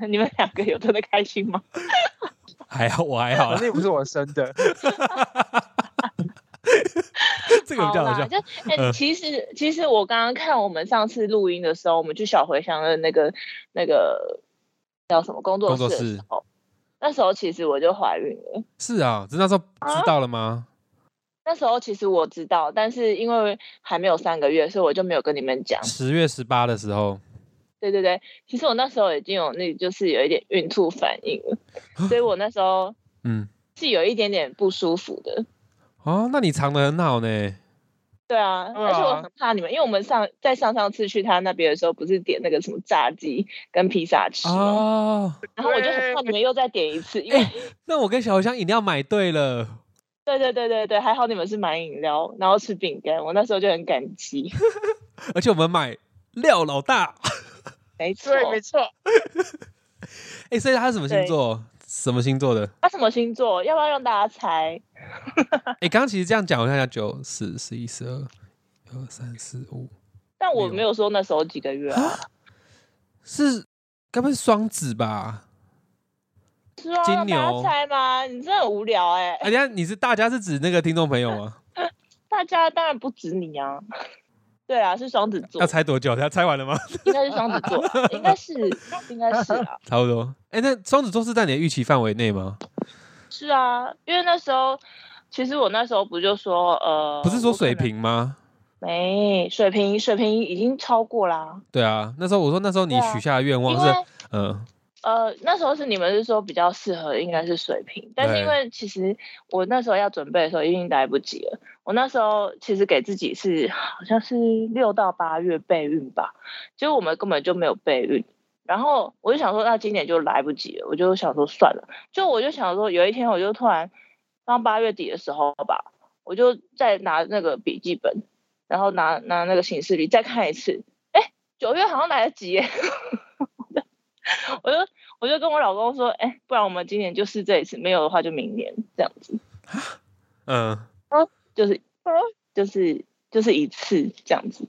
Speaker 2: 你们两个有真的开心 吗？
Speaker 1: 还好，我还好
Speaker 3: 反
Speaker 1: 啦
Speaker 3: 正。也不是我生的，
Speaker 1: 这个
Speaker 2: 好
Speaker 1: 比较好
Speaker 2: 啦，
Speaker 1: 笑。
Speaker 2: 就哎、
Speaker 1: 嗯
Speaker 2: 其实其实我刚刚看我们上次录音的时候，我们去小茴香的那个那个叫什么工
Speaker 1: 工
Speaker 2: 作室
Speaker 1: 作
Speaker 2: 的时
Speaker 1: 室
Speaker 2: 候，那时候其实我就怀孕了。
Speaker 1: 是啊，那时候知道了吗？
Speaker 2: 那时候其实我知道，但是因为还没有三个月，所以我就没有跟你们讲。
Speaker 1: 十、月十八的时候，
Speaker 2: 对对对，其实我那时候已经有那就是有一点孕吐反应了，
Speaker 1: 啊
Speaker 2: 所以我那时候
Speaker 1: 嗯，
Speaker 2: 是有一点点不舒服的。
Speaker 1: 哦，那你藏的很好呢。
Speaker 2: 对啊，
Speaker 3: 对
Speaker 2: 而且我
Speaker 3: 啊
Speaker 2: 很怕你们，因为我们上在上上次去他那边的时候，不是点那个什么炸鸡跟披萨吃吗，
Speaker 1: 哦，
Speaker 2: 然后我就很怕你们又再点一次，因为、
Speaker 1: 哎那我跟小茴香饮料买对了。
Speaker 2: 对对对对对，还好你们是买饮料，然后吃饼干，我那时候就很感激。
Speaker 1: 而且我们买廖老大，
Speaker 2: 没错，
Speaker 3: 对，没错，
Speaker 1: 哎、所以他是什么星座？什么星座的？
Speaker 2: 他什么星座？要不要让大家猜？
Speaker 1: 哎、刚刚其实这样讲，我看一下，九、十、十一、十二、二三四五，
Speaker 2: 但我
Speaker 1: 没有
Speaker 2: 没有说那时候几个月啊，
Speaker 1: 是该不会是双子吧？
Speaker 2: 是啊，
Speaker 1: 金
Speaker 2: 让大
Speaker 1: 牛
Speaker 2: 家猜吗？你真的很无聊哎、
Speaker 1: 哎、等一下你是大家是指那个听众朋友吗？
Speaker 2: 大家当然不止你啊。对啊，是双子座
Speaker 1: 要，猜多久？他猜完了吗？
Speaker 2: 应该是双子座啊，应该是，应该是啊。
Speaker 1: 差不多。哎、那双子座是在你的预期范围内吗？
Speaker 2: 呃是啊，因为那时候，其实我那时候不就说，呃，
Speaker 1: 不是说
Speaker 2: 我可
Speaker 1: 水，
Speaker 2: 能
Speaker 1: 平吗？
Speaker 2: 没水平，水平已经超过啦。
Speaker 1: 对啊，那时候我说那时候你
Speaker 2: 对啊
Speaker 1: 许下的愿望
Speaker 2: 因
Speaker 1: 是，
Speaker 2: 为
Speaker 1: 嗯、
Speaker 2: 呃，那时候是你们是说比较适合应该是水平，但是因
Speaker 1: 对
Speaker 2: 为其实我那时候要准备的时候已经来不及了。我那时候其实给自己是好像是六到八月备孕吧，结果我们根本就没有备孕。然后我就想说，那今年就来不及了，我就想说算了。就我就想说，有一天我就突然，当八月底的时候吧，我就再拿那个笔记本，然后拿拿那个行事历再看一次。哎，九月好像来得及耶。 我就我就跟我老公说，哎、不然我们今年就试这一次，没有的话就明年这样子，
Speaker 1: 嗯，
Speaker 2: 就是就是就是一次这样子。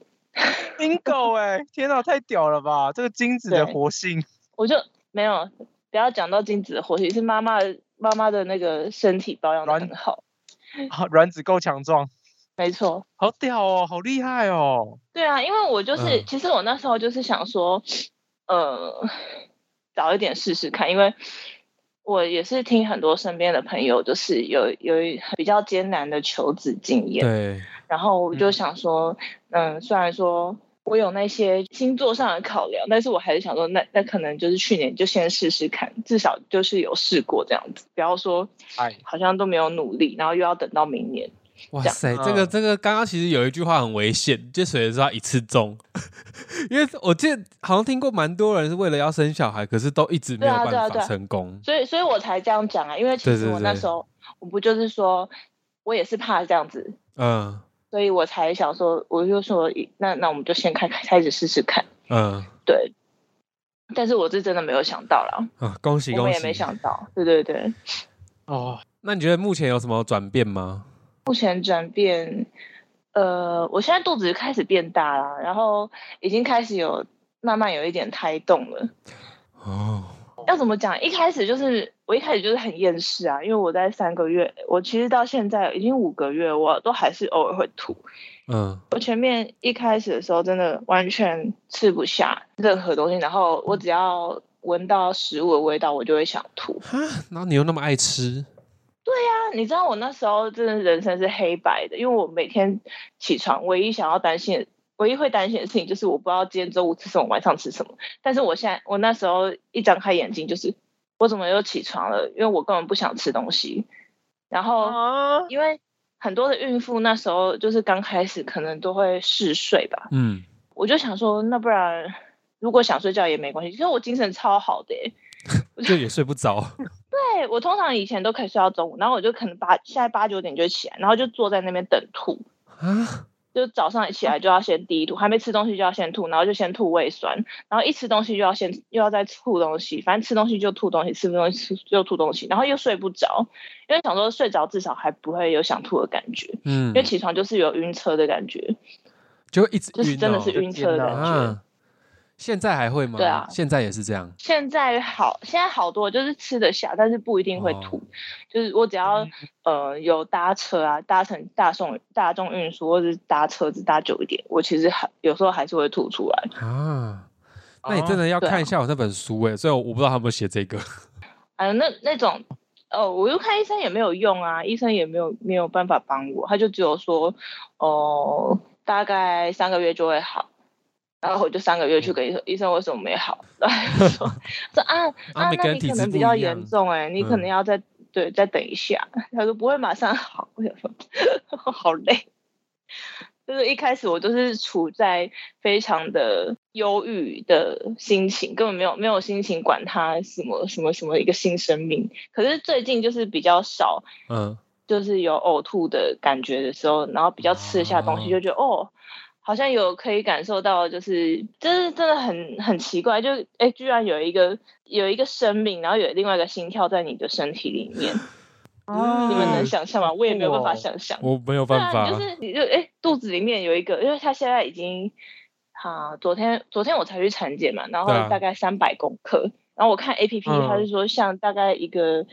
Speaker 3: 冰狗哎，天哪，太屌了吧！这个精子的
Speaker 2: 对
Speaker 3: 活性，
Speaker 2: 我就没有不要讲到精子的活性，是妈妈的妈妈的那个身体保养的很好，
Speaker 3: 啊卵子够强壮，
Speaker 2: 没错。
Speaker 3: 好屌哦，好厉害哦！
Speaker 2: 对啊，因为我就是、
Speaker 1: 嗯
Speaker 2: 其实我那时候就是想说，呃，早一点试试看，因为我也是听很多身边的朋友，就是有有一比较艰难的求子经验，
Speaker 1: 对，
Speaker 2: 然后我就
Speaker 3: 嗯
Speaker 2: 想说，嗯，虽然说我有那些星座上的考量，但是我还是想说那，那可能就是去年就先试试看，至少就是有试过这样子，不要说
Speaker 3: 哎，
Speaker 2: 好像都没有努力，然后又要等到明年。
Speaker 1: 哇
Speaker 2: 这样
Speaker 1: 塞，这个
Speaker 3: 嗯
Speaker 1: 这个刚刚其实有一句话很危险，就谁知道一次中， 因为我记得好像听过蛮多人是为了要生小孩，可是都一直没有
Speaker 2: 对啊
Speaker 1: 办
Speaker 2: 对啊对
Speaker 1: 法
Speaker 2: 啊
Speaker 1: 成功。
Speaker 2: 所以，所以我才这样讲啊，因为其
Speaker 1: 对
Speaker 2: 实
Speaker 1: 对
Speaker 2: 我那
Speaker 1: 对
Speaker 2: 时候我不就是说，我也是怕这样子，
Speaker 1: 嗯
Speaker 2: 所以我才想说，我就说那那我们就先开开始试试看，
Speaker 1: 嗯
Speaker 2: 对。但是我是真的没有想到啦，
Speaker 1: 啊，恭喜
Speaker 2: 我
Speaker 1: 恭
Speaker 2: 们
Speaker 1: 喜！
Speaker 2: 也没想到，对对对。
Speaker 3: 哦，
Speaker 1: 那你觉得目前有什么转变吗？
Speaker 2: 目前转变，呃，我现在肚子开始变大啦，然后已经开始有慢慢有一点胎动了。
Speaker 1: 哦，
Speaker 2: 要怎么讲？一开始就是我一开始就是很厌世啊，因为我在三个月，我其实到现在已经五个月，我都还是偶尔会吐。
Speaker 1: 嗯
Speaker 2: 我前面一开始的时候真的完全吃不下任何东西，然后我只要闻到食物的味道，我就会想吐。
Speaker 1: 哈，然后你又那么爱吃，
Speaker 2: 那你知道我那时候真的人生是黑白的，因为我每天起床唯一想要担心的。唯一会担心的事情就是我不知道今天中午吃什么，晚上吃什么。但是我现在，我那时候一张开眼睛就是我怎么又起床了？因为我根本不想吃东西。然后
Speaker 3: 啊，
Speaker 2: 因为很多的孕妇那时候就是刚开始可能都会嗜睡吧，
Speaker 1: 嗯，
Speaker 2: 我就想说，那不然如果想睡觉也没关系。其实我精神超好的、欸，
Speaker 1: 就也睡不着。
Speaker 2: 对我通常以前都可以睡到中午，然后我就可能八现在八九点就起来，然后就坐在那边等吐，
Speaker 1: 啊，
Speaker 2: 就早上起来就要先第一吐，还没吃东西就要先吐，然后就先吐胃酸，然后一吃东西就要先又要再吐东西，反正吃东西就吐东西，吃东西就吐东西，然后又睡不着，因为想说睡着至少还不会有想吐的感觉，
Speaker 1: 嗯
Speaker 2: 因为，起床就是有晕车的感觉，
Speaker 1: 就一直
Speaker 2: 就是
Speaker 1: 晕
Speaker 2: 真的
Speaker 1: 哦
Speaker 2: 是晕车的感觉。
Speaker 1: 啊。现在还会吗？
Speaker 2: 对啊
Speaker 1: 现在也是这样。
Speaker 2: 现在好，现在好多就是吃得下，但是不一定会吐。
Speaker 1: 哦
Speaker 2: 就是我只要
Speaker 3: 嗯
Speaker 2: 呃有搭车啊，搭乘大众大众运输或者是搭车子搭久一点，我其实还有时候还是会吐出来。
Speaker 1: 啊，那你真的要
Speaker 2: 对啊
Speaker 1: 看一下我那本书哎、虽然我不知道他有没有写这个。
Speaker 2: 啊、那那种哦，我又看医生也没有用啊，医生也没有没有办法帮我，他就只有说哦、大概三个月就会好。然后我就三个月去跟医生，医生为什么没好？ 然后他就 说说啊啊，
Speaker 1: 每个
Speaker 2: 那
Speaker 1: 人
Speaker 2: 你
Speaker 1: 体
Speaker 2: 可
Speaker 1: 质
Speaker 2: 能
Speaker 1: 不
Speaker 2: 比较
Speaker 1: 一样
Speaker 2: 严重哎、你可
Speaker 1: 嗯
Speaker 2: 能要再、对再等一下。他说不会马上好， 我想说好累。就是一开始我就是处在非常的忧郁的心情，根本没有没有心情管他什么什么什么一个新生命。可是最近就是比较少，
Speaker 1: 嗯，
Speaker 2: 就是有呕吐的感觉的时候，然后比较吃得下东西，
Speaker 1: 哦
Speaker 2: 就觉得哦，好像有可以感受到，就是就是真的很很奇怪，就哎，居然有一个有一个生命，然后有另外一个心跳在你的身体里面，
Speaker 3: 啊
Speaker 2: 你们能想象吗？我也没有办
Speaker 3: 哦
Speaker 2: 法想象。
Speaker 1: 我没有
Speaker 2: 对
Speaker 1: 办法。
Speaker 2: 啊，你就是你就哎，肚子里面有一个，因为他现在已经啊，昨天昨天我才去产检嘛，然后
Speaker 1: 对啊
Speaker 2: 大概三百公克，然后我看 A P P，
Speaker 3: 嗯
Speaker 2: 它是说像大概一个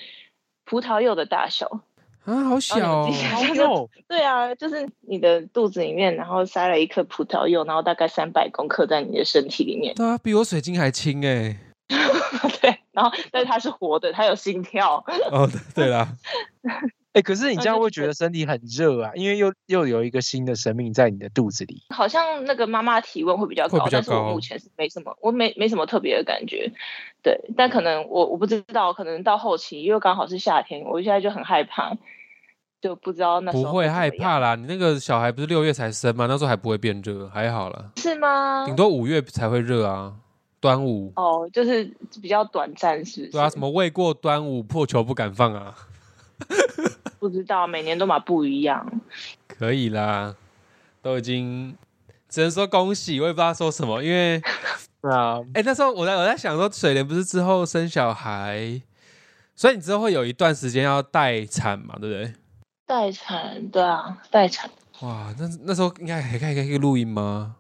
Speaker 2: 葡萄柚的大小，
Speaker 1: 啊，好小、哦
Speaker 2: 然后你自己想
Speaker 3: 哎呦，
Speaker 2: 对啊，就是你的肚子里面，然后塞了一颗葡萄柚，然后大概三百公克在你的身体里面，
Speaker 1: 对啊，比我水晶还轻哎、
Speaker 2: 对，然后但是它是活的，它有心跳，
Speaker 1: 哦， 对对啦，
Speaker 3: 哎，可是你
Speaker 2: 那
Speaker 3: 这样
Speaker 2: 就
Speaker 3: 会觉得身体很热啊，因为又又有一个新的生命在你的肚子里。
Speaker 2: 好像那个妈妈体温会比较
Speaker 1: 会
Speaker 2: 高，
Speaker 1: 比较
Speaker 2: 但是我
Speaker 1: 高
Speaker 2: 目前是没什么，我没没什么特别的感觉，对，但可能我我不知道，可能到后期因为刚好是夏天，我现在就很害怕，就不知道那时
Speaker 1: 不
Speaker 2: 候
Speaker 1: 会
Speaker 2: 怎么
Speaker 1: 害
Speaker 2: 样
Speaker 1: 怕啦。你那个小孩不是六月才生吗？那时候还不会变热，还好啦，
Speaker 2: 是吗
Speaker 1: 顶？多五月才会热啊。端午，
Speaker 2: 啊哦，就是比较短暂，是不是？
Speaker 1: 对啊，什么未过端午破球不敢放啊，
Speaker 2: 不知道，每年都嘛不一样。
Speaker 1: 可以啦，都已经只能说恭喜，我也不知道说什么，因为
Speaker 3: 对啊，
Speaker 1: 哎、那时候我在我在想说，水莲不是之后生小孩，所以你之后会有一段时间要待产嘛，对不对？
Speaker 2: 待产，对啊，待产。
Speaker 1: 哇，那那时候应该还可以可以可以录音吗？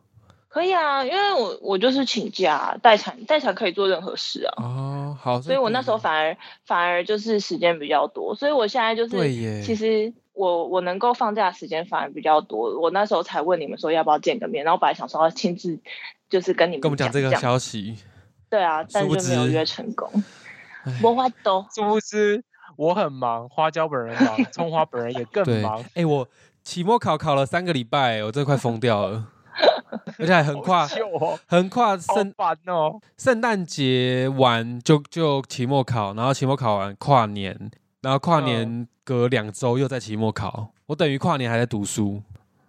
Speaker 2: 可以啊，因为我我就是请假待产，待产可以做任何事啊，
Speaker 1: 哦，好，
Speaker 2: 所以我那时候反而反而就是时间比较多，所以我现在就
Speaker 1: 对
Speaker 2: 是
Speaker 1: 耶，
Speaker 2: 其实我我能够放假的时间反而比较多，我那时候才问你们说要不要见个面，然后本来想说要亲自就是跟你们
Speaker 1: 跟我们讲这个
Speaker 2: 样
Speaker 1: 消息，
Speaker 2: 对啊，但
Speaker 1: 殊不
Speaker 2: 就没有
Speaker 1: 知
Speaker 2: 约成功
Speaker 1: 唉，
Speaker 2: 我法都
Speaker 3: 殊不知我很忙，花椒本人忙，葱花本人也更
Speaker 1: 对，
Speaker 3: 忙
Speaker 1: 哎、。我期末考考了三个礼拜，我真的快疯掉了。而且还横跨
Speaker 3: 好糗哦，
Speaker 1: 横跨
Speaker 3: 好
Speaker 1: 圣
Speaker 3: 烦哦。
Speaker 1: 圣诞节完就就期末考，然后期末考完跨年，然后跨
Speaker 2: 嗯
Speaker 1: 年隔两周又在期末考，我等于跨年还在读书，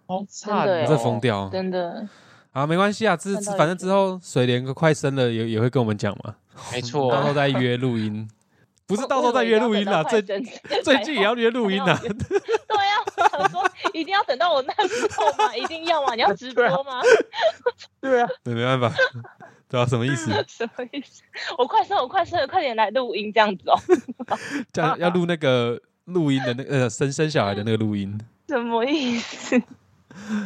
Speaker 3: 好
Speaker 2: 惨
Speaker 3: 惨、
Speaker 2: 哦
Speaker 1: 我这疯掉。
Speaker 2: 真的，
Speaker 1: 啊，没关系啊，之
Speaker 2: 看到
Speaker 1: 反正
Speaker 2: 一
Speaker 1: 之后水莲快生了也也会跟我们讲嘛，
Speaker 3: 没错
Speaker 1: 到时候再约录音，不
Speaker 2: 不
Speaker 1: 是到时候再约录音啦，啊最最近也要约录音啊啦。
Speaker 2: 对啊，我想说一定要等到我那时候吗？一定要吗？你要直播吗？
Speaker 3: 对啊，
Speaker 1: 对，没办法， 对啊，什么意思？
Speaker 2: 什么意思？我快生，我快生了，快点来录音这样 子哦？
Speaker 1: 这样要录那个录音的那个呃生生小孩的那个录音，
Speaker 2: 什么意 思？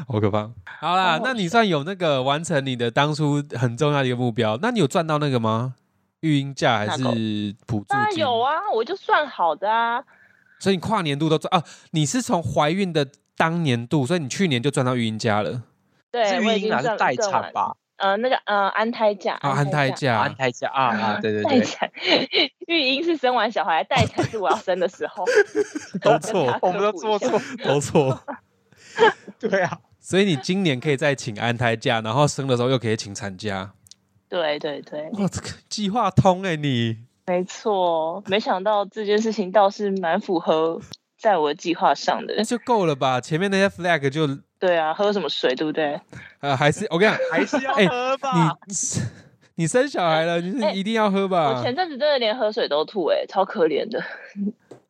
Speaker 1: 好可怕。好啦，那你算有那个完成你的当初很重要的一个目标，那你有赚到那个吗？育婴假还
Speaker 2: 哪
Speaker 1: 是
Speaker 2: 个
Speaker 1: 补助
Speaker 2: 当然
Speaker 1: 金？
Speaker 2: 有啊，我就算好的啊。
Speaker 1: 所以你跨年度都赚啊？你是从怀孕的当年度，所以你去年就赚到育婴假了
Speaker 2: 对，
Speaker 3: 是
Speaker 2: 我已
Speaker 3: 育婴
Speaker 2: 经
Speaker 3: 还是
Speaker 2: 赚
Speaker 3: 待
Speaker 2: 赚
Speaker 3: 产
Speaker 2: 完。
Speaker 3: 吧？
Speaker 2: 呃，那个呃，安胎假
Speaker 1: 啊？安胎
Speaker 2: 胎，
Speaker 1: 假，
Speaker 3: 安胎假啊啊，对对
Speaker 2: 待
Speaker 3: 对，
Speaker 2: 产， 育婴是生完小孩，待产是我要生的时候。
Speaker 1: 都错，
Speaker 3: 我们都做错，
Speaker 1: 都错。
Speaker 3: 对啊，
Speaker 1: 所以你今年可以再请安胎假，然后生的时候又可以请产假。
Speaker 2: 对对对，
Speaker 1: 哇，这个计划通哎、你
Speaker 2: 没错。没想到这件事情倒是蛮符合在我的计划上的。
Speaker 1: 就够了吧？前面那些 flag 就
Speaker 2: 对啊，喝什么水，对不对？
Speaker 1: 呃还是我跟你 讲，
Speaker 3: 还是要
Speaker 1: 哎
Speaker 3: 喝吧。
Speaker 1: 你你生小孩了，你
Speaker 2: 啊哎
Speaker 1: 是一定要喝
Speaker 2: 我
Speaker 3: 啊
Speaker 1: 吧？
Speaker 2: 前阵子真的连喝水都吐、欸，超可怜的，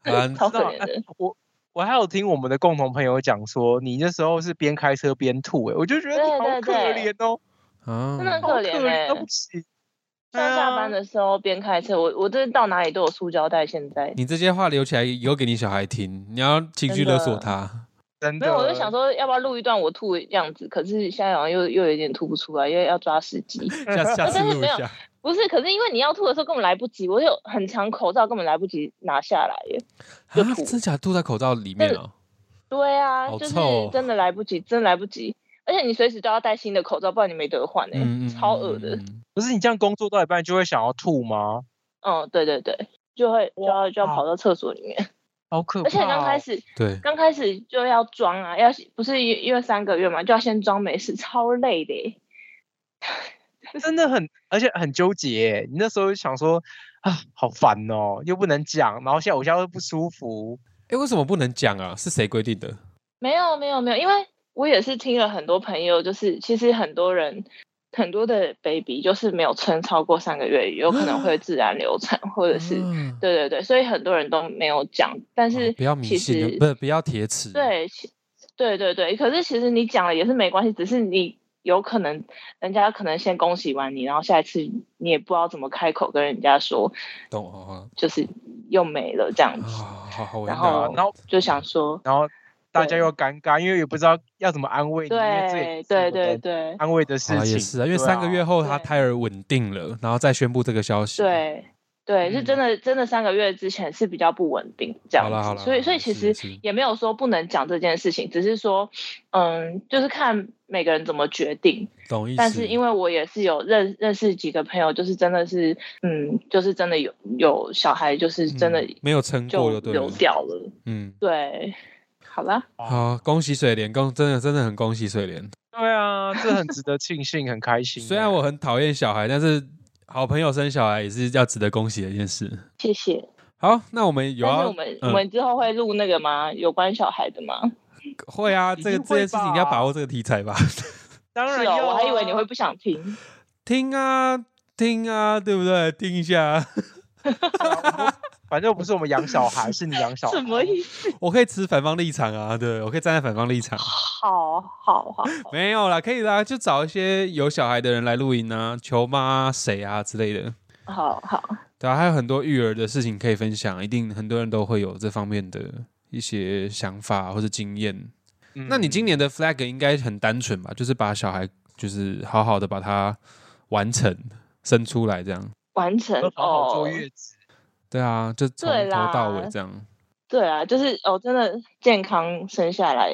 Speaker 1: 啊，
Speaker 2: 超可
Speaker 3: 道
Speaker 2: 怜的。
Speaker 3: 我我还有听我们的共同朋友讲说，你那时候是边开车边吐、欸，我就觉得你
Speaker 2: 对
Speaker 3: 好
Speaker 2: 对
Speaker 3: 可
Speaker 2: 对
Speaker 3: 怜哦，
Speaker 1: 啊
Speaker 2: 真的很
Speaker 3: 好
Speaker 2: 可
Speaker 3: 可
Speaker 2: 怜
Speaker 3: 怜，
Speaker 2: 欸
Speaker 3: 对不起。 对
Speaker 2: 上下班
Speaker 3: 啊，
Speaker 2: 的时候边开车，我我这到哪里都有塑胶袋。现在
Speaker 1: 你这些话留起来以后给你小孩听，你要情绪
Speaker 2: 真的
Speaker 1: 勒索他。
Speaker 3: 真
Speaker 2: 没
Speaker 3: 的，
Speaker 2: 有，我就想说要不要录一段我吐的样子，可是现在好像又又有点吐不出来，因为要抓时机。
Speaker 1: 下次下次
Speaker 2: 但是
Speaker 1: 录一
Speaker 2: 没有
Speaker 1: 下，
Speaker 2: 不是，可是因为你要吐的时候根本来不及，我有很长口罩根本来不及拿下来耶。就
Speaker 1: 啊
Speaker 2: 吐
Speaker 1: 真假吐在口罩里面哦。
Speaker 2: 对啊，
Speaker 1: 好
Speaker 2: 就是
Speaker 1: 臭哦
Speaker 2: 真的来不及，真的来不及。而且你随时都要戴新的口罩，不然你没得换哎、
Speaker 1: 嗯嗯，
Speaker 2: 超恶的
Speaker 1: 嗯。。嗯
Speaker 3: 不是你这样工作到一半就会想要吐吗？
Speaker 2: 嗯，对对对，就会就要就要
Speaker 3: 哇
Speaker 2: 跑到厕所里面，
Speaker 3: 好可怕、哦！
Speaker 2: 而且刚开始
Speaker 1: 对，
Speaker 2: 刚开始就要装啊，要不是因因为三个月嘛，就要先装没事，超累的欸耶。
Speaker 3: 真的很，而且很纠结欸。你那时候就想说啊，好烦哦，又不能讲，然后现在我现在又不舒服，
Speaker 1: 哎，为什么不能讲啊？是谁规定的？
Speaker 2: 没有没有没有，因为我也是听了很多朋友，就是其实很多人很多的 baby 就是没有撑超过三个月，有可能会自然流产，或者是、
Speaker 1: 啊
Speaker 2: 对对对，所以很多人都没有讲，但
Speaker 1: 哦
Speaker 2: 是、
Speaker 1: 不要迷
Speaker 2: 其实
Speaker 1: 信，不是不要铁齿。，
Speaker 2: 对，其对对对，可是其实你讲了也是没关系，只是你有可能人家可能先恭喜完你，然后下一次你也不知道怎么开口跟人家说，
Speaker 1: 懂哦
Speaker 2: 就是又没了这样
Speaker 1: 哦，
Speaker 2: 子，
Speaker 1: 好好好，我
Speaker 2: 嗯然
Speaker 1: 知道
Speaker 2: 后
Speaker 1: 了
Speaker 3: 啊然后
Speaker 2: 就想说，
Speaker 3: 然后大家
Speaker 2: 对
Speaker 3: 又尴尬，因为也不知道要怎么安慰你，因为这
Speaker 2: 对
Speaker 3: 也是我
Speaker 2: 对对
Speaker 3: 的
Speaker 2: 对
Speaker 3: 安慰的事
Speaker 1: 啊，
Speaker 3: 情
Speaker 1: 也是啊，因为
Speaker 3: 对
Speaker 1: 三个月后
Speaker 2: 对
Speaker 1: 他胎儿稳定了，然后再宣布这个消息。，
Speaker 2: 对对，是真
Speaker 3: 嗯
Speaker 2: 的真的三个月之前是比较不稳定这
Speaker 1: 好啦好
Speaker 2: 样
Speaker 1: 啦
Speaker 2: 子，所以
Speaker 1: 好
Speaker 2: 所以
Speaker 1: 啦
Speaker 2: 其
Speaker 1: 是
Speaker 2: 实
Speaker 1: 是
Speaker 2: 也没有说不能讲这件事情，只是说嗯，就是看每个人怎么决定。
Speaker 1: 懂意思。
Speaker 2: 但是因
Speaker 1: 为
Speaker 2: 为我也是有认认识几个朋友，就是真的是，嗯，就是真的有有小孩，就是真的
Speaker 1: 嗯没有撑过
Speaker 2: 就
Speaker 1: 就对
Speaker 2: 流
Speaker 1: 了。
Speaker 2: 掉了。
Speaker 1: 嗯，
Speaker 2: 对，好啦，
Speaker 1: 好，恭喜水莲，恭真的真的很恭喜水莲。
Speaker 3: 对啊，这很值得庆幸，很开心欸。
Speaker 1: 虽然我很讨厌小孩，但是好朋友生小孩也是要值得恭喜的一件事。
Speaker 2: 谢谢。
Speaker 1: 好，那我们有
Speaker 2: 但是
Speaker 1: 啊
Speaker 2: 我，们、
Speaker 1: 嗯
Speaker 2: 我们之后会录那个吗？有关小孩的吗？
Speaker 1: 会啊，这个
Speaker 3: 一定
Speaker 1: 这
Speaker 3: 会
Speaker 1: 件事情一定要
Speaker 3: 吧
Speaker 1: 把握这个题材吧。
Speaker 3: 当然
Speaker 2: 是
Speaker 3: 要啊、
Speaker 2: 哦，我还以为你会不想 听。
Speaker 1: 听啊，听啊，对不对？听一下，啊
Speaker 3: 反正又不是我们养小孩，是你养小孩。
Speaker 2: 什么意思？
Speaker 1: 我可以持反方立场啊，对我可以站在反方立场。
Speaker 2: 好好好，好
Speaker 1: 没有啦，可以啦，就找一些有小孩的人来露营啊，球妈啊谁啊之类的，
Speaker 2: 好好，
Speaker 1: 对啊，还有很多育儿的事情可以分享，一定很多人都会有这方面的一些想法或是经验。
Speaker 3: 嗯？
Speaker 1: 那你今年的 flag 应该很单纯吧？就是把小孩就是好好的把它完成生出来这样。
Speaker 2: 完成
Speaker 3: 要好好
Speaker 2: 哦
Speaker 3: 坐。月子，
Speaker 1: 对啊，就从
Speaker 2: 对
Speaker 1: 头
Speaker 2: 啦
Speaker 1: 到尾这样。
Speaker 2: 对啊，就是哦，真的健康生下来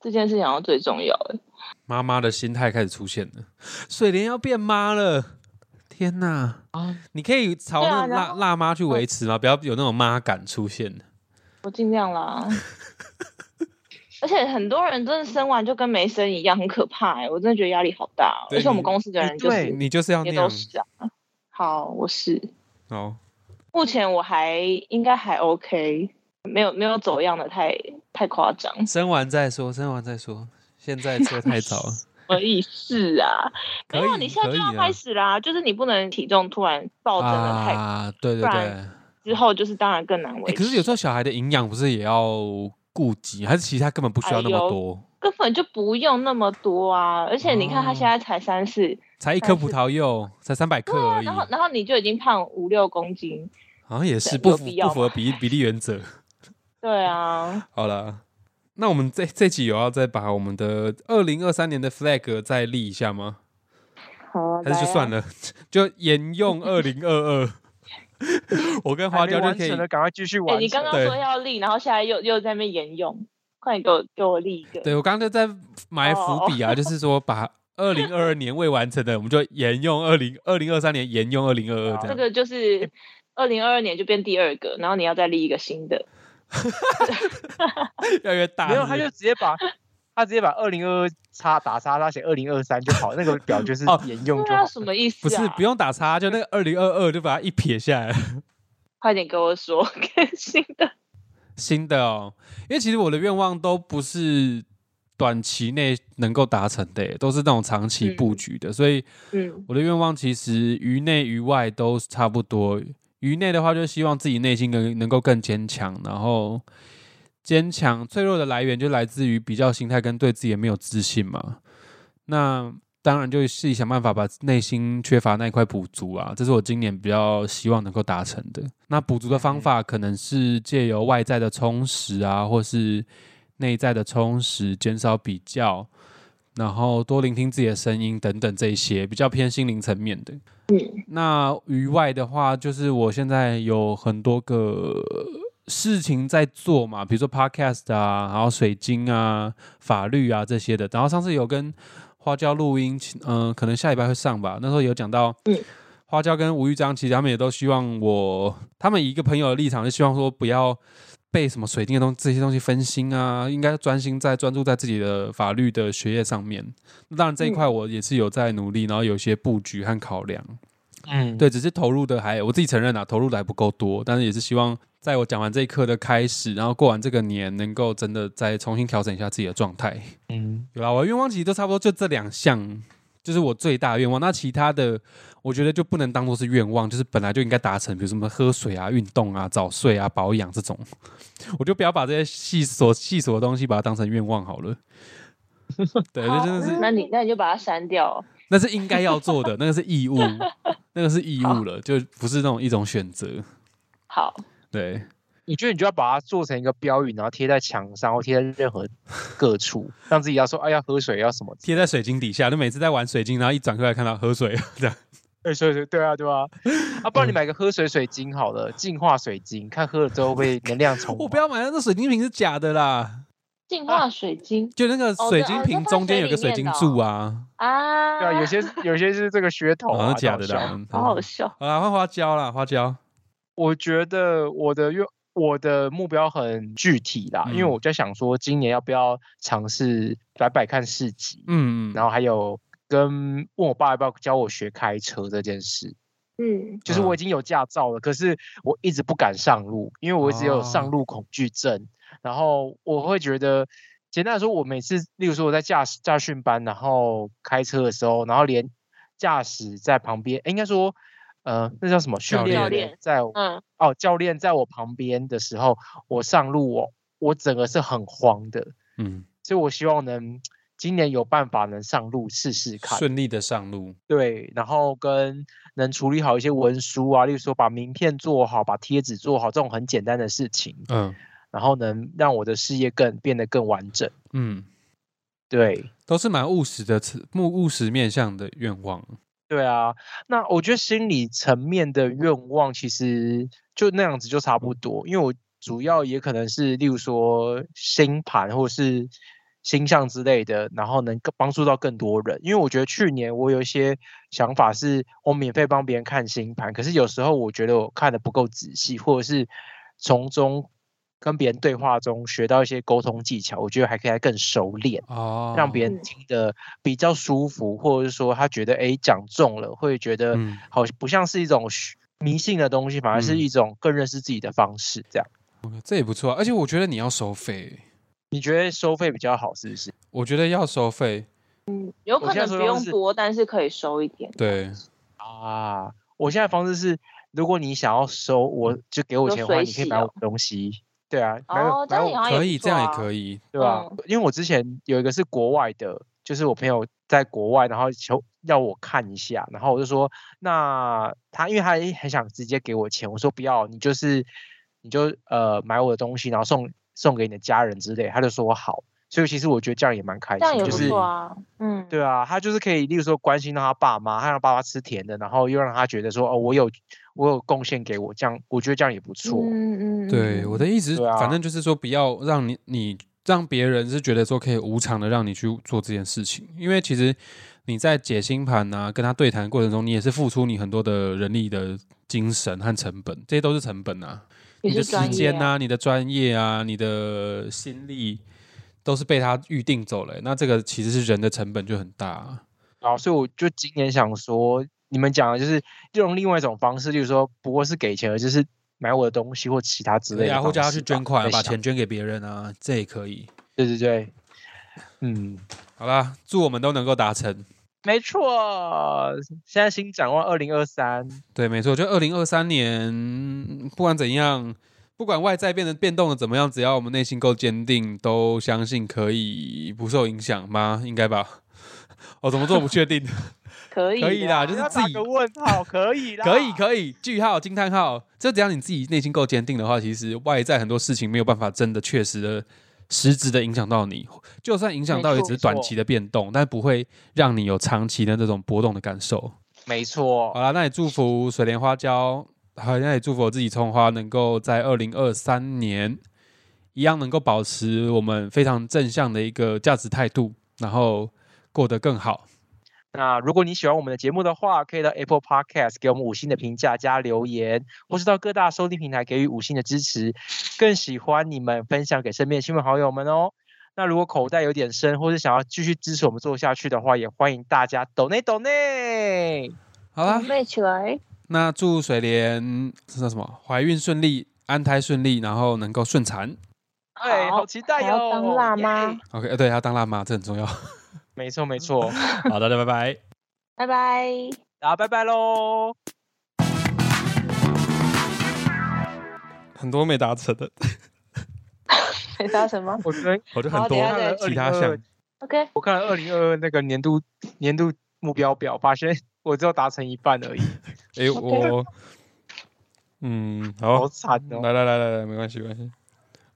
Speaker 2: 这件事情好像最重要欸了。
Speaker 1: 妈妈的心态开始出现了，水莲要变妈了，天哪！
Speaker 3: 啊
Speaker 1: 你可以朝
Speaker 2: 对啊
Speaker 1: 那种
Speaker 2: 然
Speaker 1: 辣、
Speaker 2: 后嗯
Speaker 1: 辣妈去维 持吗？不要有那种妈感出现。
Speaker 2: 我尽量啦。而且很多人真的生完就跟没生一样，很可怕哎、我真的觉得压力好大哦、
Speaker 1: 对
Speaker 2: 而且我
Speaker 1: 你
Speaker 2: 们公司的
Speaker 3: 你
Speaker 2: 人就
Speaker 3: 对
Speaker 2: 是
Speaker 1: 你就是要那
Speaker 2: 也
Speaker 1: 样
Speaker 2: 都。是啊。好，我是
Speaker 1: 好，
Speaker 2: 目前我还应该还 OK，没有没有走样的太太夸张。
Speaker 1: 生完再说，生完再说。现在说太早了，
Speaker 2: 什么意思啊？
Speaker 1: 可
Speaker 2: 没
Speaker 1: 以
Speaker 2: 有，你现在就要
Speaker 1: 可以啊
Speaker 2: 开始啦，就是你不能体重突然暴增的太、
Speaker 1: 啊，对对
Speaker 2: 不
Speaker 1: 对。
Speaker 2: 然之后，就是当然更难维
Speaker 1: 哎
Speaker 2: 持。
Speaker 1: 可是有时候小孩的营养不是也要顾及，还是其实他根本不需要那么
Speaker 2: 哎呦
Speaker 1: 多？
Speaker 2: 根本就不用那么多啊，而且你看他
Speaker 1: 哦
Speaker 2: 现在才三四、
Speaker 1: 才一颗
Speaker 2: 但
Speaker 1: 葡
Speaker 2: 是
Speaker 1: 萄柚，才三百克而已，
Speaker 2: 啊然后然后你就已经胖五六公斤，
Speaker 1: 好像也是
Speaker 2: 有
Speaker 1: 不符
Speaker 2: 必要
Speaker 1: 不符合比比例原则。
Speaker 2: 对啊，
Speaker 1: 好了，那我们这这集有要再把我们的二零二三年的 flag 再立一下吗？
Speaker 2: 好啊，
Speaker 1: 还是
Speaker 2: 来
Speaker 1: 就
Speaker 2: 啊
Speaker 1: 算了， 就沿用二零二二。 我跟花
Speaker 3: 还没
Speaker 1: 椒就
Speaker 3: 完
Speaker 1: 可以
Speaker 3: 成的，赶快继续
Speaker 2: 哎、
Speaker 3: 完成。
Speaker 2: 你刚刚
Speaker 1: 对
Speaker 2: 说要立，然后现在又又在那边沿用，快点给我给我立一个。
Speaker 1: 对我刚刚就在埋伏笔
Speaker 3: 哦
Speaker 1: 啊，就是说把二零二二年未完成的，我们就沿用二零二零二三年，沿用二零二二这
Speaker 2: 这
Speaker 1: 样。
Speaker 2: 个
Speaker 1: 哎
Speaker 2: 就是二零二二年就变第二个，然后你要再立一个新的。
Speaker 1: 越来越大，
Speaker 3: 没有，
Speaker 1: 是不
Speaker 3: 他
Speaker 1: 是
Speaker 3: 就直接把他直接把二零二叉打叉，他写二零二三就好，那个 表就是
Speaker 1: 哦
Speaker 3: 沿用就
Speaker 2: 对
Speaker 3: 好
Speaker 2: 啊，。什么意思、
Speaker 1: 不
Speaker 2: 啊？
Speaker 1: 是不用打叉，就那个二零二二就把它一撇下来。
Speaker 2: 快点给我说 更新的。
Speaker 1: 新的哦，因为其实我的愿望都不是短期内能够达成的耶，都是那种长期布局的，所以
Speaker 2: 嗯，
Speaker 1: 我的愿望其实于内于外都差不多。于内的话，就希望自己内心能能够更坚强，然后坚强脆弱的来源就来自于比较心态跟对自己也没有自信嘛。那当然就是自己想办法把内心缺乏那一块补足啊，这是我今年比较希望能够达成的。那补足的方法可能是借由外在的充实啊，或是内在的充实，减少比较，然后多聆听自己的声音等等这一些比较偏心灵层面的。嗯，那于外的话，就是我现在有很多个事情在做嘛，比如说 podcast 啊，然后水晶啊、法律啊这些的。然后上次有跟花椒录音，嗯、可能下礼拜会上吧。那时候有讲到，
Speaker 2: 嗯
Speaker 1: 花椒跟吴玉章其实他们也都希望我，他们以一个朋友的立场，就希望说不要被什么水晶的东这些东西分心啊，应该专心在专注在自己的法律的学业上面。那当然这一块我也是有在努力，然后有一些布局和考量。
Speaker 3: 嗯，
Speaker 1: 对，只是投入的还我自己承认啊，投入的还不够多，但是也是希望在我讲完这一课的开始，然后过完这个年，能够真的再重新调整一下自己的状态。
Speaker 3: 嗯，
Speaker 1: 有啦，我的愿望其实都差不多，就这两项，就是我最大的愿望。那其他的，我觉得就不能当做是愿望，就是本来就应该达成，比如什么喝水啊、运动啊、早睡啊、保养这种， 我就不要把这些细琐细琐的东西把它当成愿望好了。对，这真的是
Speaker 2: 那你那你就把它删掉。哦
Speaker 1: 那是应该要做的，那个是义 务，那个是义务了，就不是那种一种选择。
Speaker 2: 好，
Speaker 1: 对，
Speaker 3: 你觉得你就要把它做成一个标语，然后贴在墙上或贴在任何各处，让自己要说，哎，要喝水，要什么？
Speaker 1: 贴在水晶底下，就每次在玩水晶，然后一转过来看到喝水这样。
Speaker 3: 哎，水水，对啊，对啊，啊，
Speaker 1: 嗯
Speaker 3: 不然你买个喝水水晶好了，净化水晶，看喝了之后会能量充
Speaker 1: 我
Speaker 3: 满
Speaker 1: 不。要买那个水晶瓶是假的啦，啊
Speaker 2: 净化水晶
Speaker 1: 就那个
Speaker 2: 哦
Speaker 1: 水
Speaker 2: 对
Speaker 1: 晶
Speaker 2: 哦
Speaker 1: 瓶
Speaker 2: 就放
Speaker 1: 中间
Speaker 2: 水
Speaker 1: 有个
Speaker 2: 里
Speaker 1: 水
Speaker 2: 面
Speaker 1: 晶
Speaker 2: 的
Speaker 1: 柱
Speaker 2: 哦
Speaker 1: 啊，
Speaker 2: 啊，
Speaker 3: 对啊，有些有些是这个噱头
Speaker 1: 好
Speaker 3: 啊，
Speaker 1: 像哦假的
Speaker 3: 搞笑
Speaker 1: 啦。
Speaker 2: 好好笑。
Speaker 1: 好啦，换花椒啦，花椒。
Speaker 3: 我觉得我的愿我的目标很具体啦，因为
Speaker 1: 嗯
Speaker 3: 我在想说今年要不要尝试摆摆看市集，
Speaker 1: 嗯，
Speaker 3: 然后还有跟问我爸要不要教我学开车这件事。
Speaker 2: 嗯，
Speaker 3: 就是我
Speaker 1: 嗯
Speaker 3: 已经有驾照了，可是我一直不敢上路，因为我一直有
Speaker 1: 哦
Speaker 3: 上路恐惧症。然后我会觉得，简单来说，我每次，例如说我在驾驶驾训班，然后开车的时候，然后连驾驶在旁边，诶应该说，呃，那叫什么训
Speaker 1: 教
Speaker 3: 练
Speaker 2: 练
Speaker 3: 员在我
Speaker 2: 嗯，
Speaker 3: 哦，教练在我旁边的时候，我上路我我整个是很慌的，
Speaker 1: 嗯，
Speaker 3: 所以我希望能今年有办法能上路试试看。
Speaker 1: 顺利的上路。
Speaker 3: 对，然后跟能处理好一些文书啊，例如说把名片做好，把贴纸做好这种很简单的事情，
Speaker 1: 嗯
Speaker 3: 然后能让我的事业更变得更完整。
Speaker 1: 嗯，
Speaker 3: 对，
Speaker 1: 都是蛮务实的，目务实面向的愿望。
Speaker 3: 对啊，那我觉得心理层面的愿望其实就那样子就差不多，因为我主要也可能是例如说星盘或是星象之类的，然后能够帮助到更多人。因为我觉得去年我有一些想法是我免费帮别人看星盘，可是有时候我觉得我看的不够仔细，或者是从中跟别人对话中学到一些沟通技巧，我觉得还可以再更熟练，
Speaker 1: 哦，
Speaker 3: 让别人
Speaker 2: 嗯
Speaker 3: 听得比较舒服，或者是说他觉得哎讲中了，会觉得
Speaker 1: 嗯
Speaker 3: 好像不像是一种虚迷信的东西，
Speaker 2: 嗯
Speaker 3: 反而是一种更认识自己的方式。这样
Speaker 1: 这也不错啊，而且我觉得你要收费，
Speaker 3: 你觉得收费比较好是不是？
Speaker 1: 我觉得要收费，
Speaker 2: 有
Speaker 3: 我
Speaker 2: 可
Speaker 3: 现在
Speaker 2: 能
Speaker 3: 说
Speaker 2: 不
Speaker 3: 的
Speaker 2: 用
Speaker 3: 是
Speaker 2: 多，但是可以收一点。
Speaker 1: 对，
Speaker 3: 啊，我现在方式是，如果你想要收，我就给我
Speaker 2: 就
Speaker 3: 钱的话，
Speaker 2: 随
Speaker 3: 你可以
Speaker 2: 喜
Speaker 3: 买我
Speaker 2: 哦
Speaker 3: 的东西。对啊，买我
Speaker 2: 哦，这
Speaker 3: 买
Speaker 2: 样
Speaker 3: 我
Speaker 2: 也好像
Speaker 1: 可以，
Speaker 2: 不
Speaker 1: 这样也
Speaker 2: 错啊
Speaker 1: 可以，
Speaker 3: 对吧、
Speaker 2: 嗯
Speaker 3: 因为我之前有一个是国外的，就是我朋友在国外，然后求要我看一下，然后我就说，那他因为他也很想直接给我钱，我说不要，你就是你就呃买我的东西，然后送送给你的家人之类，他就说好，所以其实我觉得这样也蛮开
Speaker 2: 这样
Speaker 3: 心，
Speaker 2: 也
Speaker 3: 就
Speaker 2: 不
Speaker 1: 可
Speaker 3: 是
Speaker 1: 以
Speaker 2: 错啊。嗯，
Speaker 3: 对啊，他就是可以，例如说关心到他爸妈，他让爸妈吃甜的，然后又让他觉得说，哦，我有我有贡献给我，这样我觉得这样也不错。
Speaker 2: 嗯嗯嗯，
Speaker 1: 对，
Speaker 2: 嗯
Speaker 1: 我的意思是，
Speaker 3: 对啊
Speaker 1: 反正就是说，不要让你你让别人是觉得说可以无偿的让你去做这件事情，因为其实你在解星盘啊，跟他对谈过程中，你也是付出你很多的人力的精神和成本，这些都是成本啊，
Speaker 2: 也
Speaker 1: 你的
Speaker 2: 是
Speaker 1: 时
Speaker 2: 专业
Speaker 1: 间啊，你的专业啊，你的心力都是被他预定走了欸、那这个其实是人的成本就很大啊、
Speaker 3: 然后，所以我就今年想说，你们讲的就是用另外一种方式，例如说，不过是给钱，而就是买我的东西或其他之类
Speaker 1: 对
Speaker 3: 的
Speaker 1: 啊，
Speaker 3: 方式吧。
Speaker 1: 或者要去捐款啊，
Speaker 3: 在
Speaker 1: 把
Speaker 3: 想
Speaker 1: 钱捐给别人啊，这也可以。
Speaker 3: 对对对，嗯，
Speaker 1: 好啦，祝我们都能够达成。
Speaker 3: 没错。现在新展望二零二三，
Speaker 1: 对，没错，就二零二三年，不管怎样，不管外在变得变动的怎么样，只要我们内心够坚定，都相信可以不受影响吗？应该吧？哦，怎么做不确 定？
Speaker 2: 可以
Speaker 1: 可以啦，
Speaker 2: 啦，
Speaker 1: 就
Speaker 3: 不
Speaker 1: 是
Speaker 3: 要
Speaker 1: 自
Speaker 3: 打
Speaker 1: 己
Speaker 3: 个问号， 可以啦，
Speaker 1: 可以可以，句号惊叹号，这只要你自己内心够坚定的话，其实外在很多事情没有办法真的确实的实质的影响到你，就算影响到也
Speaker 2: 没
Speaker 1: 只
Speaker 2: 错
Speaker 1: 是短期的变动，但不会让你有长期的那种波动的感受。
Speaker 3: 没错
Speaker 1: 好。啦，那也祝福水莲花椒，好，那也祝福我自己葱花能够在二零二三年一样能够保持我们非常正向的一个价值态度，然后过得更好。
Speaker 3: 那如果你喜欢我们的节目的话，可以到 Apple Podcast 给我们五星的评价加留言，或是到各大收听平台给予五星的支持。更喜欢你们分享给身边的亲朋好友们哦。那如果口袋有点深，或是想要继续支持我们做下去的话，也欢迎大家抖内抖内。
Speaker 1: 好啦
Speaker 2: 准，备起来。
Speaker 1: 那祝水莲是叫什么？怀孕顺利，安胎顺利，然后能够顺产。
Speaker 3: 哎，
Speaker 2: 好
Speaker 3: 好期待
Speaker 2: 还
Speaker 3: 哟、
Speaker 2: 要当辣妈
Speaker 3: 耶。
Speaker 1: OK，呃，对，要当辣妈，这很 重要。好
Speaker 3: 没错没错，
Speaker 1: 的，大家拜拜。
Speaker 2: 拜拜。
Speaker 3: 大家拜拜喽。
Speaker 1: 很多没达成的，
Speaker 2: 你知道什么
Speaker 3: 我跟
Speaker 1: 我就
Speaker 2: 很好多等一下再
Speaker 1: 其他项。
Speaker 2: ？OK，
Speaker 3: 我看了二零二二那个年度年度目标表，发现我只有达成一半而已，
Speaker 1: 哎、我，嗯嗯，好
Speaker 3: 好，惨哦。哦
Speaker 1: 来来来来来，没关系没关系，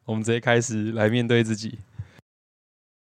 Speaker 1: 我们直接开始来面对自己。